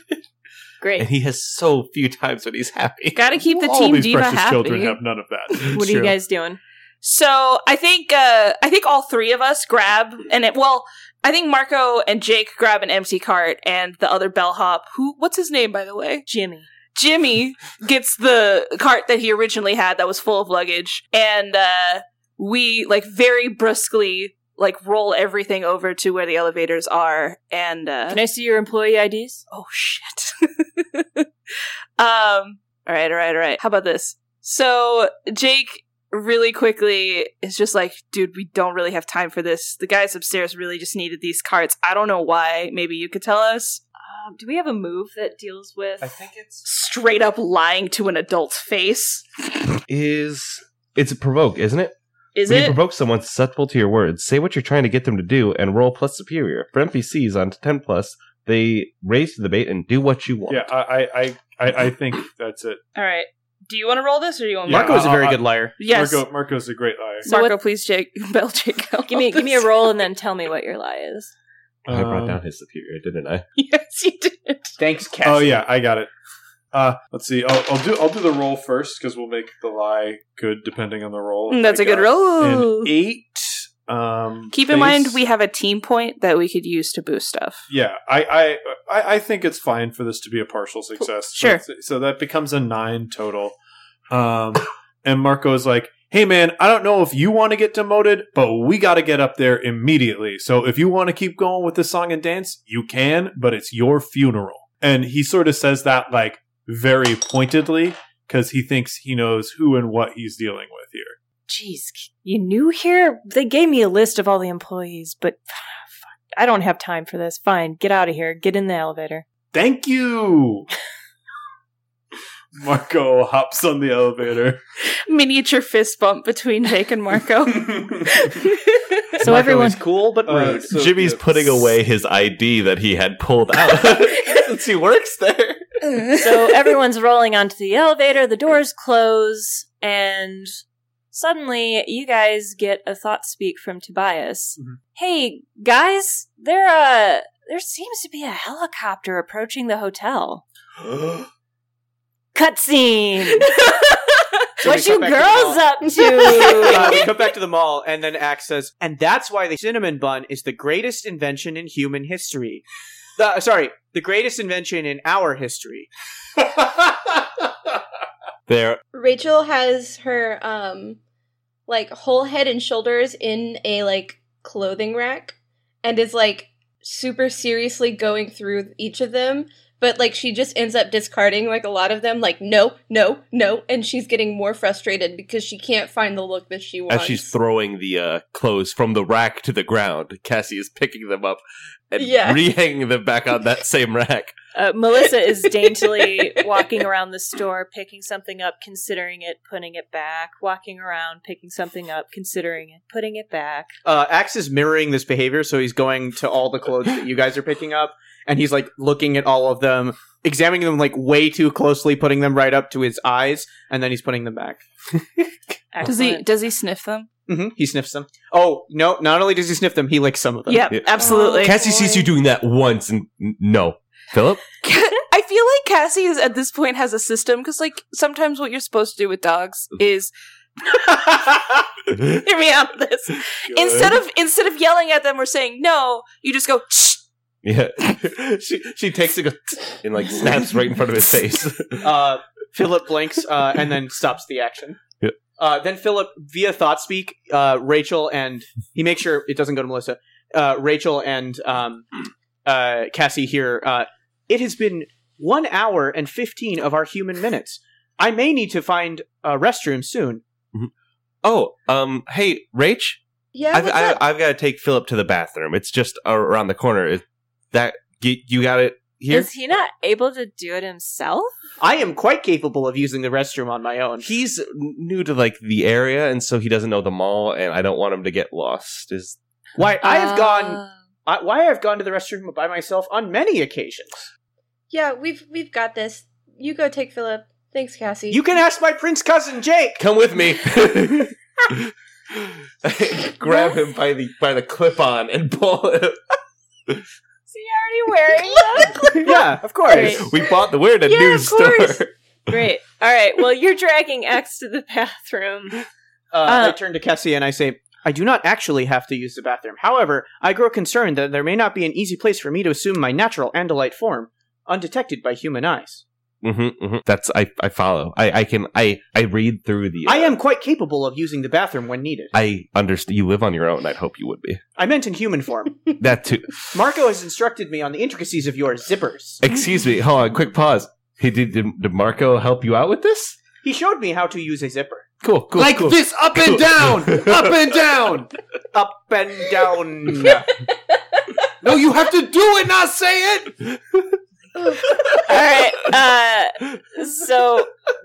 Speaker 1: Great.
Speaker 4: he has so few times when he's happy.
Speaker 1: Gotta keep the
Speaker 7: All
Speaker 1: team
Speaker 7: these
Speaker 1: diva
Speaker 7: precious
Speaker 1: happy.
Speaker 7: children have
Speaker 1: [LAUGHS]
Speaker 7: none of that.
Speaker 3: What are you guys doing?
Speaker 1: So I think uh, I think all three of us grab and it, well, I think Marco and Jake grab an empty cart, and the other bellhop, who what's his name by the way,
Speaker 3: Jimmy.
Speaker 1: Jimmy, gets the cart that he originally had that was full of luggage, and uh, we like very brusquely like roll everything over to where the elevators are, and uh,
Speaker 3: Can I see your employee IDs?
Speaker 1: oh shit. [LAUGHS] um. All right. All right. All right. How about this? So Jake really quickly is just like, dude, we don't really have time for this. The guys upstairs really just needed these carts. I don't know why. Maybe you could tell us.
Speaker 3: Um, do we have a move that deals with?
Speaker 9: I think it's
Speaker 1: Straight up lying to an adult's face.
Speaker 4: Is it's a provoke, isn't it?
Speaker 1: Is
Speaker 4: when
Speaker 1: it?
Speaker 4: you provoke someone susceptible to your words, say what you're trying to get them to do and roll plus superior. For NPCs on 10 plus, they raise the bait and do what you want.
Speaker 7: Yeah, I, I, I- I, I think that's it.
Speaker 1: All right. Do you want to roll this or do you want
Speaker 7: Yeah,
Speaker 1: Marco?
Speaker 2: Marco's a very
Speaker 7: I- I-
Speaker 2: good liar.
Speaker 1: Yes. Marco,
Speaker 7: Marco, Marco's a great liar.
Speaker 3: So what-
Speaker 1: please, Jake. [LAUGHS] Bell, Jake.
Speaker 3: Give me, give me a roll, and then tell me what your lie is.
Speaker 4: I brought
Speaker 7: Um,
Speaker 4: down his superior, didn't I?
Speaker 1: [LAUGHS] yes, you did.
Speaker 2: Thanks, Cassie.
Speaker 3: [LAUGHS]
Speaker 7: Oh yeah, I got it. Uh, let's see. I'll, I'll do. I'll do the roll first because we'll make the lie good depending on the roll.
Speaker 1: Mm, That's
Speaker 7: I
Speaker 1: a good
Speaker 7: got
Speaker 1: roll.
Speaker 7: An eight. Um,
Speaker 1: Keep
Speaker 7: base-
Speaker 1: in mind we have a team point that we could use to boost stuff.
Speaker 7: Yeah, I, I, I, I think it's fine for this to be a partial success.
Speaker 1: Sure.
Speaker 7: So, so that becomes a nine total. Um, and Marco is like, "Hey, man, I don't know if you want to get demoted, but we got to get up there immediately. So if you want to keep going with the song and dance, you can, but it's your funeral." And he sort of says that like very pointedly because he thinks he knows who and what he's dealing with here.
Speaker 3: Jeez, you new here? They gave me a list of all the employees, but [SIGHS] fuck, I don't have time for this. Fine, get out of here. Get in the elevator.
Speaker 7: Thank you. Marco hops on the elevator. [LAUGHS]
Speaker 1: Miniature fist bump between Jake and
Speaker 2: [LAUGHS]
Speaker 1: Marco.
Speaker 3: So
Speaker 2: Marco
Speaker 3: everyone,
Speaker 2: is cool but
Speaker 7: Uh,
Speaker 2: rude.
Speaker 7: so-
Speaker 4: Jimmy's
Speaker 7: yeah.
Speaker 2: [LAUGHS]
Speaker 4: putting away his ID that he had pulled
Speaker 7: [LAUGHS]
Speaker 4: out since he works there.
Speaker 3: so
Speaker 2: [LAUGHS]
Speaker 3: everyone's rolling onto the elevator. The doors close, and suddenly you guys get a thought speak from Tobias.
Speaker 2: Mm-hmm.
Speaker 7: Mhm.
Speaker 3: Hey guys, there uh there seems to be a helicopter approaching the hotel. Cutscene.
Speaker 2: [LAUGHS] So we
Speaker 3: what you
Speaker 2: cut back to the
Speaker 3: girls
Speaker 2: mall. [LAUGHS]
Speaker 3: up
Speaker 4: [LAUGHS]
Speaker 3: to?
Speaker 2: Uh, we come back to the mall, and then Axe says, "And that's why the cinnamon bun is the greatest invention in human history." The, uh, sorry, the greatest invention in our history.
Speaker 4: There,
Speaker 8: Rachel has her um like whole head and shoulders in a like clothing rack and is like super seriously going through each of them but like she just ends up discarding like a lot of them like no no no and she's getting more frustrated because she can't find the look that she wants
Speaker 4: as she's throwing the uh, clothes from the rack to the ground, Cassie is picking them up and
Speaker 8: Yeah.
Speaker 4: rehanging them back on that same rack.
Speaker 3: Uh, Melissa [LAUGHS] is daintily walking around the store, picking something up, considering it, putting it back, walking around, picking something up, considering it, putting it back.
Speaker 2: Uh, Axe is mirroring this behavior, so he's going to all the clothes that you guys are picking up, and he's like looking at all of them, examining them like way too closely, putting them right up to his eyes, and then he's putting them back.
Speaker 1: does he
Speaker 3: Excellent.
Speaker 1: does he sniff them?
Speaker 2: hmm He sniffs them. Oh no! Not only does he sniff them, he licks some of them.
Speaker 1: Yep,
Speaker 2: [LAUGHS]
Speaker 4: Yeah.
Speaker 3: Oh,
Speaker 1: absolutely.
Speaker 4: Cassie sees you doing that once and n- no. Philip?
Speaker 1: I feel like Cassie is at this point has a system because like sometimes what you're supposed to do with
Speaker 2: [LAUGHS]
Speaker 1: dogs is hear me out on this. Instead of instead of yelling at them or saying no, you just go shh.
Speaker 4: Yeah. [LAUGHS] she she takes it and like snaps right in front of his face.
Speaker 2: Uh, Philip blinks uh, and then stops the action.
Speaker 4: Yeah.
Speaker 2: Uh, then Philip, via thought speak, uh, Rachel and he makes sure it doesn't go to Melissa. Uh, Rachel and um, uh, Cassie here. Uh, it has been one hour and fifteen of our human minutes. I may need to find a restroom soon.
Speaker 4: [LAUGHS] Oh, um, hey, Rach,
Speaker 8: Yeah,
Speaker 4: I've,
Speaker 8: what's
Speaker 4: I,
Speaker 8: up?
Speaker 4: I've got to take Philip to the bathroom. It's just around the corner. Is that you, you got it here?
Speaker 1: Is he not able to do it himself?
Speaker 2: I am quite capable of using the restroom on my own.
Speaker 4: He's new to like the area, and so he doesn't know the mall, and I don't want him to get lost. Is
Speaker 2: Why I have gone,
Speaker 1: Uh,
Speaker 2: I, why I have gone to the restroom by myself on many occasions.
Speaker 8: yeah, we've we've got this. You go take Philip. Thanks, Cassie.
Speaker 2: You can ask my prince cousin Jake.
Speaker 4: come with me. [LAUGHS] Grab him by the by the clip on and pull him.
Speaker 1: Is he
Speaker 2: [LAUGHS]
Speaker 1: already wearing them?
Speaker 2: [LAUGHS] yeah, of course.
Speaker 4: We bought the weird at
Speaker 1: Yeah,
Speaker 4: news
Speaker 1: of course.
Speaker 4: store.
Speaker 1: Great. All right. Well, you're dragging X to the bathroom.
Speaker 2: [LAUGHS] Uh,
Speaker 1: Uh,
Speaker 2: I turn to Kessie and I say, I do not actually have to use the bathroom. However, I grow concerned that there may not be an easy place for me to assume my natural Andalite form, undetected by human eyes.
Speaker 4: Mm-hmm, hmm That's I I follow. I I can I I read through the.
Speaker 2: I am quite capable of using the bathroom when needed. I,
Speaker 4: I understand. You live on your own. I'd hope you
Speaker 2: [LAUGHS]
Speaker 4: would be
Speaker 2: meant in human [LAUGHS] form.
Speaker 4: that too.
Speaker 2: Marco has instructed me on the intricacies of your zippers.
Speaker 4: Excuse me. Hold on. Quick pause. He did, did. Did Marco help you out with this?
Speaker 2: He showed me how to use a zipper.
Speaker 4: Cool. Cool.
Speaker 10: like
Speaker 4: cool.
Speaker 10: this, up
Speaker 4: Cool.
Speaker 10: and down,
Speaker 2: [LAUGHS]
Speaker 10: up and down.
Speaker 2: Up and down.
Speaker 10: No, you have to do it, not say it.
Speaker 1: All
Speaker 3: [LAUGHS]
Speaker 1: right. Uh, so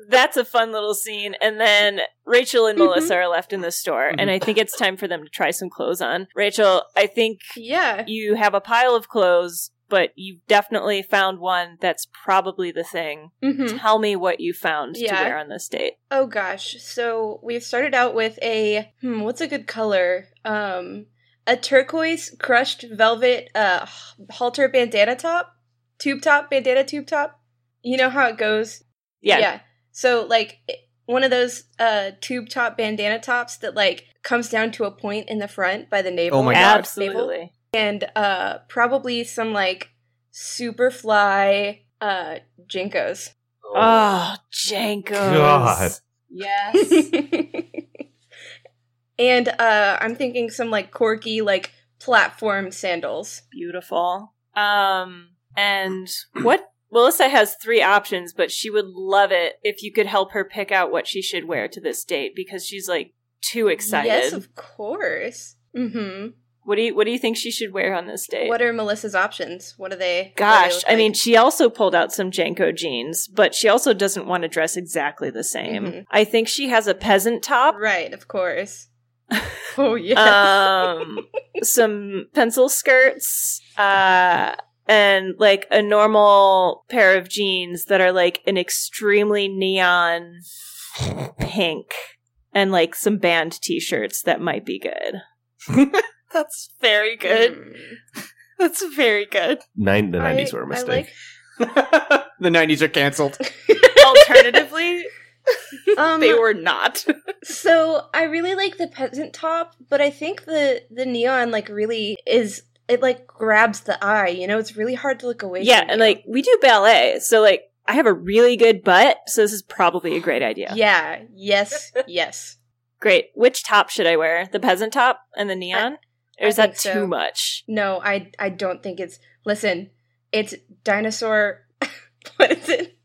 Speaker 1: that's a fun little scene. And then Rachel and Melissa
Speaker 3: Mm-hmm.
Speaker 8: Mm-hmm.
Speaker 1: are left in the store, and I think it's time for them to try some clothes on. Rachel, I think
Speaker 8: Yeah.
Speaker 1: you have a pile of clothes, but you've definitely found one that's probably the thing.
Speaker 8: hmm
Speaker 1: Tell me what you found
Speaker 8: Yeah.
Speaker 1: to wear on this date.
Speaker 8: Oh gosh. So we've started out with a hmm, what's a good color? Um, a turquoise crushed velvet uh h- halter bandana top, tube top, bandana tube top. You know how it goes.
Speaker 1: Yeah.
Speaker 8: So like it- one of those uh tube top bandana tops that like comes down to a point in the front by the navel.
Speaker 2: Oh my God.
Speaker 8: Navel
Speaker 1: Absolutely.
Speaker 8: and uh probably some like super fly uh jinkos
Speaker 1: Oh, Janko.
Speaker 4: God.
Speaker 1: Yes.
Speaker 8: [LAUGHS] and uh i'm thinking some like quirky like platform sandals
Speaker 1: [LAUGHS] Beautiful. Um, and what Melissa has three options, but she would love it if you could help her pick out what she should wear to this date because she's like too excited.
Speaker 8: yes of course mm-hmm
Speaker 1: what do you What do you think she should wear on this date?
Speaker 8: what are melissa's options what are they what do they
Speaker 1: Gosh,
Speaker 8: look
Speaker 1: I mean,
Speaker 8: like?
Speaker 1: she also pulled out some Janko jeans, but she also doesn't want to dress exactly the same.
Speaker 8: Mhm.
Speaker 1: I think she has a peasant [LAUGHS] top,
Speaker 8: right
Speaker 1: [LAUGHS]
Speaker 8: of course oh yes
Speaker 1: um, some pencil skirts, uh, and like a normal pair of jeans that are like an extremely neon pink, and like some band t-shirts that might be good. [LAUGHS] Mm. That's very good. That's very good.
Speaker 4: Nine the
Speaker 8: I-
Speaker 4: nineties were a
Speaker 8: Mm-hmm. I
Speaker 4: mistake.
Speaker 8: like-
Speaker 2: [LAUGHS] the 90s are canceled.
Speaker 1: Alternatively, [LAUGHS]
Speaker 8: um,
Speaker 1: they were not.
Speaker 8: So I really like the peasant top, but I think the the neon like really is it like grabs the eye. You know, it's really hard to look away.
Speaker 1: yeah,
Speaker 8: from
Speaker 1: and
Speaker 8: you.
Speaker 1: like we do ballet, so like I have a really good butt, so this is probably a great idea.
Speaker 8: yeah,
Speaker 1: [LAUGHS]
Speaker 8: yes, yes.
Speaker 1: Great. Which top should I wear? The peasant top and the neon? or is
Speaker 8: I
Speaker 1: that
Speaker 8: think so.
Speaker 1: too much?
Speaker 8: No, I I don't think it's. Listen, it's dinosaur. [LAUGHS] what is it?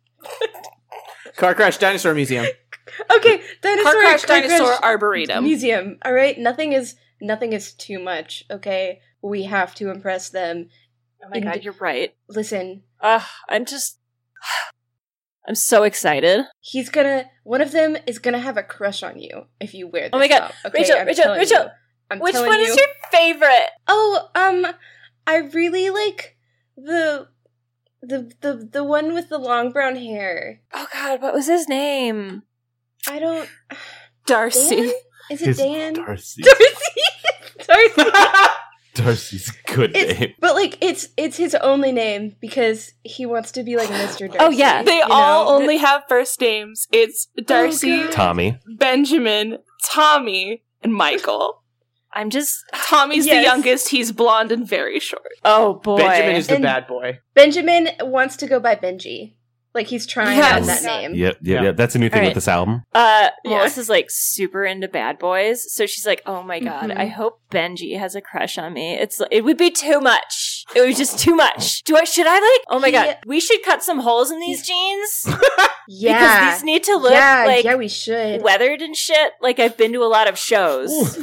Speaker 2: Car crash dinosaur museum.
Speaker 8: Okay, dinosaur.
Speaker 11: Car crash
Speaker 8: car crash
Speaker 11: dinosaur arboretum.
Speaker 8: museum. All right, nothing is nothing is too much. Okay, we have to impress them.
Speaker 1: Oh
Speaker 8: my God,
Speaker 1: you're right.
Speaker 8: Listen,
Speaker 1: Ugh, I'm just [SIGHS] I'm so excited.
Speaker 8: He's gonna. One of them is gonna have a crush on you if you wear. This
Speaker 1: Oh my God,
Speaker 8: top, okay?
Speaker 1: Rachel,
Speaker 8: I'm
Speaker 1: Rachel,
Speaker 8: telling
Speaker 1: Rachel,
Speaker 8: you. I'm
Speaker 1: Which
Speaker 8: telling
Speaker 1: one
Speaker 8: you.
Speaker 1: is your favorite?
Speaker 8: Oh, um, I really like the the the the one with the long brown hair.
Speaker 1: Oh god, what was his name?
Speaker 8: I don't. Dan?
Speaker 11: Darcy.
Speaker 8: Is it
Speaker 4: His
Speaker 8: Dan? [LAUGHS]
Speaker 4: Darcy.
Speaker 8: Darcy. Darcy.
Speaker 4: Darcy's a good name.
Speaker 8: It's, but like it's it's his only name because he wants to be like Mr. Darcy.
Speaker 1: Oh, yeah.
Speaker 11: They
Speaker 8: you
Speaker 11: all
Speaker 8: know?
Speaker 11: only have first names. It's
Speaker 1: Oh,
Speaker 11: Darcy,
Speaker 8: God.
Speaker 4: Tommy.
Speaker 11: Benjamin, Tommy, and Michael.
Speaker 1: I'm just
Speaker 11: Tommy's the
Speaker 8: Yes.
Speaker 11: youngest. He's blonde and very short.
Speaker 1: Oh boy.
Speaker 2: Benjamin is the
Speaker 8: And-
Speaker 2: bad boy.
Speaker 8: Benjamin wants to go by Benji. Like he's trying
Speaker 3: Yes.
Speaker 8: out that name.
Speaker 4: Yep, yep,
Speaker 7: Yeah.
Speaker 4: yep. That's a new thing
Speaker 3: Alright.
Speaker 4: with this album.
Speaker 3: Uh,
Speaker 1: Yeah.
Speaker 3: Melissa's like super into bad boys, so she's like, "Oh my god,
Speaker 8: Mhm.
Speaker 3: I
Speaker 11: Mm-hmm.
Speaker 3: hope Benji has a crush on me." It's it would be too much. It was just too much. Do I should I like? Oh my
Speaker 8: Yeah.
Speaker 3: god, we should cut some holes in these jeans because
Speaker 8: Yeah.
Speaker 3: these need to look
Speaker 8: yeah,
Speaker 3: like
Speaker 8: yeah, we should.
Speaker 3: weathered and shit. Like I've been to a lot of shows.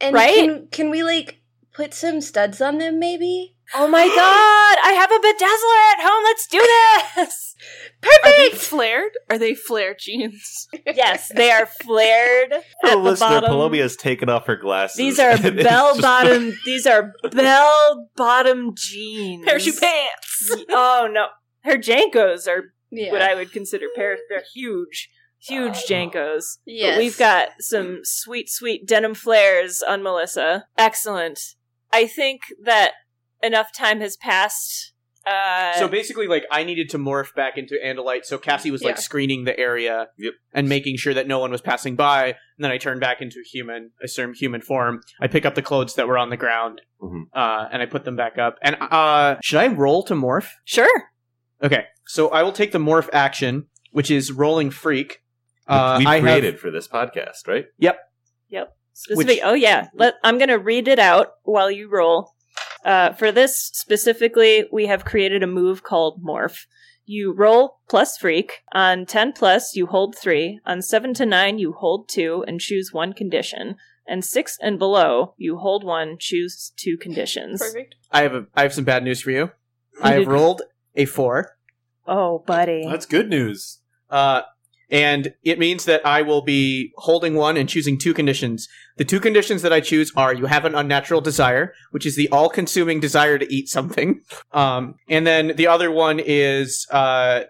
Speaker 8: and
Speaker 3: right?
Speaker 8: Can, can we like put some studs on them maybe?
Speaker 3: [GASPS] oh my god, I have a bedazzler at home. Let's do this.
Speaker 1: Are they
Speaker 8: [GASPS] Perfect.
Speaker 1: flared? Are they flare jeans? [LAUGHS]
Speaker 3: yes, they are flared at
Speaker 4: For the
Speaker 3: the
Speaker 4: listener,
Speaker 3: bottom.
Speaker 4: Palomia's taken off her glasses.
Speaker 3: [LAUGHS] These are
Speaker 4: and [LAUGHS] it's
Speaker 3: bell
Speaker 4: just- [LAUGHS]
Speaker 3: bottom. these are bell bottom jeans.
Speaker 1: Parachute pants.
Speaker 3: Y- oh no, her jankos are
Speaker 8: yeah.
Speaker 3: what I would consider pair. They're huge, huge jankos.
Speaker 8: yes.
Speaker 3: But we've got some sweet, sweet denim flares on Melissa. Excellent. I think that enough time has passed. Uh,
Speaker 2: So basically, like I needed to morph back into Andalite, so Cassie was like
Speaker 8: Yeah.
Speaker 2: screening the area
Speaker 4: Yep.
Speaker 2: and making sure that no one was passing by. And then I turned back into human, assume human form. I pick up the clothes that were on the ground,
Speaker 4: Mhm.
Speaker 2: uh, and I put them back up. And uh, should I roll to morph?
Speaker 3: sure.
Speaker 2: Okay, so I will take the morph action, which is rolling freak. Uh,
Speaker 4: we
Speaker 2: I have-
Speaker 4: created for this podcast, right?
Speaker 3: specific.
Speaker 2: Which-
Speaker 3: oh yeah, Let, I'm gonna read it out while you roll. Uh, for this specifically, we have created a move called morph. You roll plus freak on ten plus, you hold three on seven to nine, you hold two and choose one condition, and six and below, you hold one, choose two conditions.
Speaker 8: perfect.
Speaker 2: I have a, I have some bad news for you. I have rolled a four,
Speaker 3: Oh, buddy,
Speaker 7: That's good news.
Speaker 2: uh, and it means that I will be holding one and choosing two conditions. The two conditions that I choose are: you have an unnatural desire, which is the all-consuming desire to eat something, [LAUGHS] um, and then the other one is uh,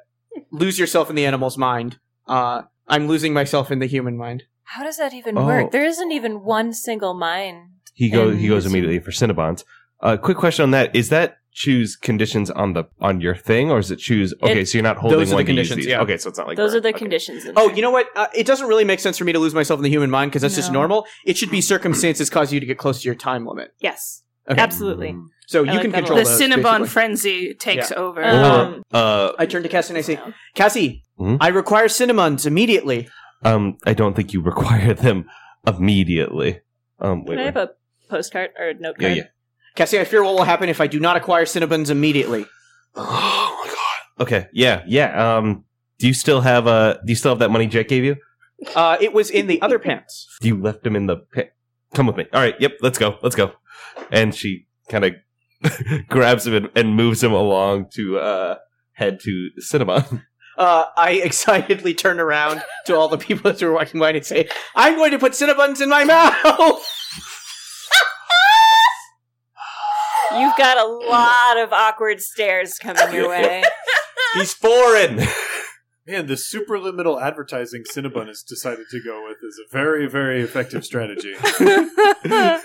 Speaker 2: lose yourself in the animal's mind. Uh, I'm losing myself in the human mind.
Speaker 3: how does that even
Speaker 4: Oh.
Speaker 3: work? There isn't even one single mind.
Speaker 4: He goes. He
Speaker 3: And
Speaker 4: goes
Speaker 3: it's-
Speaker 4: immediately for Cinnabons. Uh, quick question on that: Is that choose conditions on the on your thing, or is it choose? Okay, so you're not holding
Speaker 2: those are the
Speaker 4: one. to use
Speaker 2: conditions,
Speaker 4: these.
Speaker 2: yeah.
Speaker 4: Okay, so it's not like
Speaker 3: Those
Speaker 4: we're-
Speaker 3: are the
Speaker 4: okay.
Speaker 3: conditions. in
Speaker 2: Oh,
Speaker 3: there.
Speaker 2: you know what? Uh, it doesn't really make sense for me to lose myself in the human mind because that's just
Speaker 3: No.
Speaker 2: normal. It should be circumstances cause you to get close to your time limit.
Speaker 3: yes,
Speaker 2: Okay.
Speaker 3: absolutely.
Speaker 4: Mm.
Speaker 2: So
Speaker 3: I
Speaker 2: you
Speaker 3: like
Speaker 2: can
Speaker 3: that a
Speaker 2: control
Speaker 1: The
Speaker 3: lot.
Speaker 2: those,
Speaker 1: Cinnabon
Speaker 2: basically.
Speaker 1: frenzy takes over.
Speaker 4: Or,
Speaker 3: Um,
Speaker 4: uh,
Speaker 2: I turn to Cassie and I say, Cassie,
Speaker 4: Hmm?
Speaker 2: I require cinnamons immediately.
Speaker 4: um, I don't think you require [LAUGHS] them immediately. Um, wait,
Speaker 3: Can I have
Speaker 4: wait.
Speaker 3: a postcard or a note
Speaker 4: yeah,
Speaker 3: card?
Speaker 4: yeah. [GASPS]
Speaker 2: Cassie, I fear what will happen if I do not acquire cinnamons immediately.
Speaker 4: Oh my god. Okay. Yeah. Yeah. Um. Do you still have uh? Do you still have that money Jake gave you?
Speaker 2: Uh, it was in the other pants.
Speaker 4: You left him in the pit. Come with me. All right. Yep. Let's go. Let's go. And she kind of [LAUGHS] grabs him and, and moves him along to uh head to cinema.
Speaker 2: Uh, I excitedly turn around to all the people that were walking by and say, I'm going to put cinnamons in my mouth! [LAUGHS]
Speaker 3: You've got a lot of awkward stares [LAUGHS] coming your way.
Speaker 4: He's foreign.
Speaker 7: Man, the superliminal advertising Cinnabon has decided to go with is a very, very effective strategy.
Speaker 3: Uh,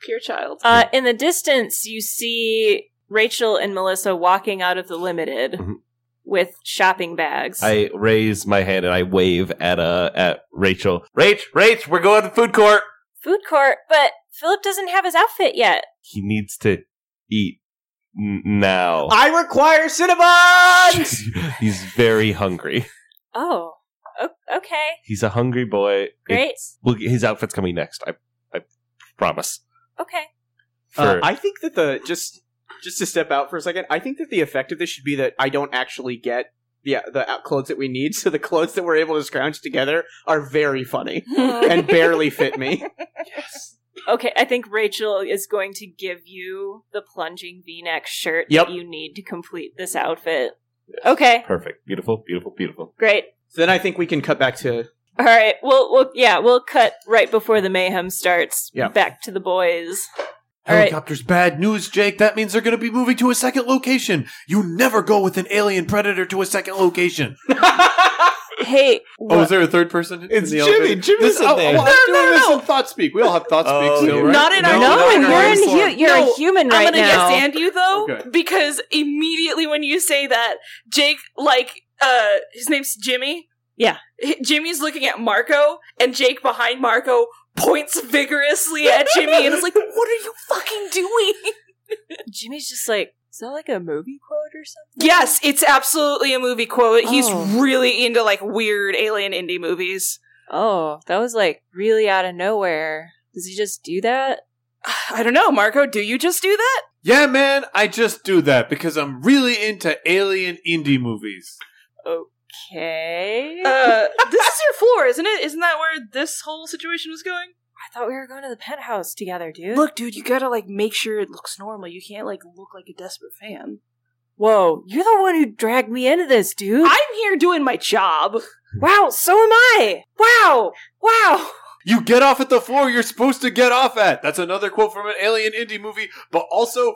Speaker 1: Pure child.
Speaker 3: uh, in the distance, you see Rachel and Melissa walking out of the limited
Speaker 4: Mhm.
Speaker 3: with shopping bags.
Speaker 4: I raise my hand and I wave at uh at Rachel. Rach, Rach, we're going to the food court.
Speaker 3: Food court, but Philip doesn't have his outfit yet.
Speaker 4: He needs to eat n- now.
Speaker 2: I require cinnamons!
Speaker 4: [LAUGHS] He's very hungry.
Speaker 3: Oh, o- okay,
Speaker 4: He's a hungry boy. It-
Speaker 3: great.
Speaker 4: we'll get- his outfit's coming next. I I promise.
Speaker 3: [LAUGHS] Okay,
Speaker 2: Uh,
Speaker 4: For-
Speaker 2: I think that the just just to step out for a second, I think that the effect of this should be that I don't actually get the the out- clothes that we need, so the clothes that we're able to scrounge together are very funny and barely fit me.
Speaker 3: Uh, okay. I think Rachel is going to give you the plunging V-neck shirt
Speaker 2: Yep.
Speaker 3: that you need to complete this outfit. Okay,
Speaker 4: Perfect. Beautiful, beautiful, beautiful.
Speaker 3: great.
Speaker 2: So then I think we can cut back to
Speaker 3: All right. Well, well, yeah, we'll cut right before the mayhem starts.
Speaker 2: Yeah.
Speaker 3: Back to the boys. All right.
Speaker 7: Helicopter's bad news, Jake. That means they're going to be moving to a second location. You never go with an alien predator to a second location.
Speaker 3: Hey,
Speaker 7: Oh,
Speaker 3: wha-
Speaker 7: is there a third person?
Speaker 2: It's Jimmy. Jimmy's in
Speaker 7: oh,
Speaker 2: there.
Speaker 7: oh, I'm
Speaker 1: No,
Speaker 7: doing
Speaker 1: no,
Speaker 7: this
Speaker 1: no.
Speaker 7: in thought speak. We all have thought speak
Speaker 4: Oh,
Speaker 7: still,
Speaker 4: yeah.
Speaker 7: right?
Speaker 1: Not in our-
Speaker 3: no,
Speaker 1: No,
Speaker 3: and
Speaker 1: no,
Speaker 3: you're in
Speaker 1: no.
Speaker 3: hu- you're
Speaker 1: No,
Speaker 3: a human right
Speaker 1: I'm gonna
Speaker 3: now.
Speaker 1: yes and you though
Speaker 7: Okay.
Speaker 1: because immediately when you say that, Jake like uh his name's Jimmy.
Speaker 3: Yeah.
Speaker 1: H- Jimmy's looking at Marco, and Jake behind Marco points vigorously at Jimmy and is like, "What are you fucking doing?"
Speaker 3: Jimmy's just like Is that like a movie quote or something?
Speaker 1: Yes, it's absolutely a movie quote. He's
Speaker 3: Oh.
Speaker 1: really into like weird alien indie movies. [SIGHS]
Speaker 3: Oh, that was like really out of nowhere. Does he just do that?
Speaker 1: I don't know, Marco, do you just do that?
Speaker 7: Yeah, man, I just do that because I'm really into alien indie movies.
Speaker 3: Okay.
Speaker 1: Uh, this is your floor, isn't it? Isn't that where this whole situation was going?
Speaker 3: I thought we were going to the penthouse together, dude.
Speaker 1: Look, dude, you gotta like make sure it looks normal. You can't like look like a desperate fan.
Speaker 3: Whoa, you're the one who dragged me into this, dude.
Speaker 1: I'm here doing my job.
Speaker 3: wow, so am I. [LAUGHS] Wow.
Speaker 1: [LAUGHS]
Speaker 3: Wow.
Speaker 7: You get off at the floor you're supposed to get off at. That's another quote from an alien indie movie, but also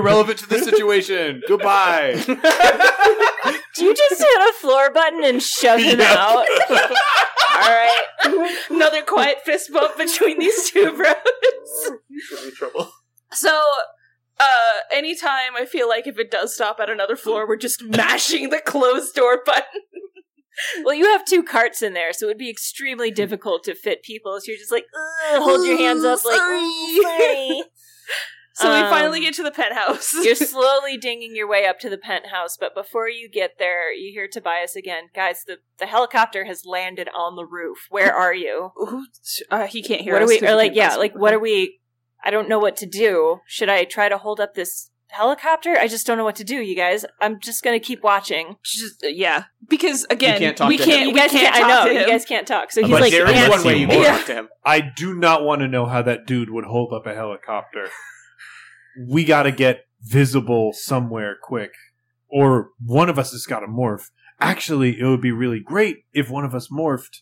Speaker 4: [LAUGHS]
Speaker 7: relevant to this situation. Goodbye.
Speaker 3: You just hit a floor button and shoved him
Speaker 7: Yeah.
Speaker 3: out. All right.
Speaker 1: [LAUGHS] Another quiet fist bump between these two bros. So, uh, anytime I feel like if it does stop at another floor, we're just mashing the closed door button.
Speaker 3: Well, you have two carts in there, so it would be extremely difficult to fit people. So you're just like, "Ugh," hold your hands up, like, "Ooh, sorry.
Speaker 1: So we finally
Speaker 3: Um,
Speaker 1: get to the penthouse.
Speaker 3: [LAUGHS]
Speaker 1: [LAUGHS]
Speaker 3: You're slowly dinging your way up to the penthouse, but before you get there, you hear Tobias again. Guys, the, the helicopter has landed on the roof. Where are you?
Speaker 1: Ooh, uh, he can't hear
Speaker 3: what are
Speaker 1: us
Speaker 3: we?
Speaker 1: 'cause
Speaker 3: Or like,
Speaker 1: can't
Speaker 3: yeah,
Speaker 1: pass-
Speaker 3: like, what are we? I don't know what to do. Should I try to hold up this helicopter? I just don't know what to do, you guys. I'm just gonna keep watching.
Speaker 1: Just, uh, yeah, because again,
Speaker 2: can't talk
Speaker 1: we
Speaker 2: to him.
Speaker 1: can't.
Speaker 3: you
Speaker 1: We
Speaker 3: guys
Speaker 1: can't.
Speaker 3: can't. I
Speaker 1: talk
Speaker 3: know
Speaker 1: to
Speaker 3: you
Speaker 1: him.
Speaker 3: guys can't talk. So he's
Speaker 4: But
Speaker 3: like,
Speaker 2: there is
Speaker 4: "Yes,
Speaker 2: one way you can
Speaker 4: more."
Speaker 2: talk to him.
Speaker 7: I do not want to know how that dude would hold up a helicopter. We got to get visible somewhere quick, or one of us has got to morph. Actually, it would be really great if one of us morphed,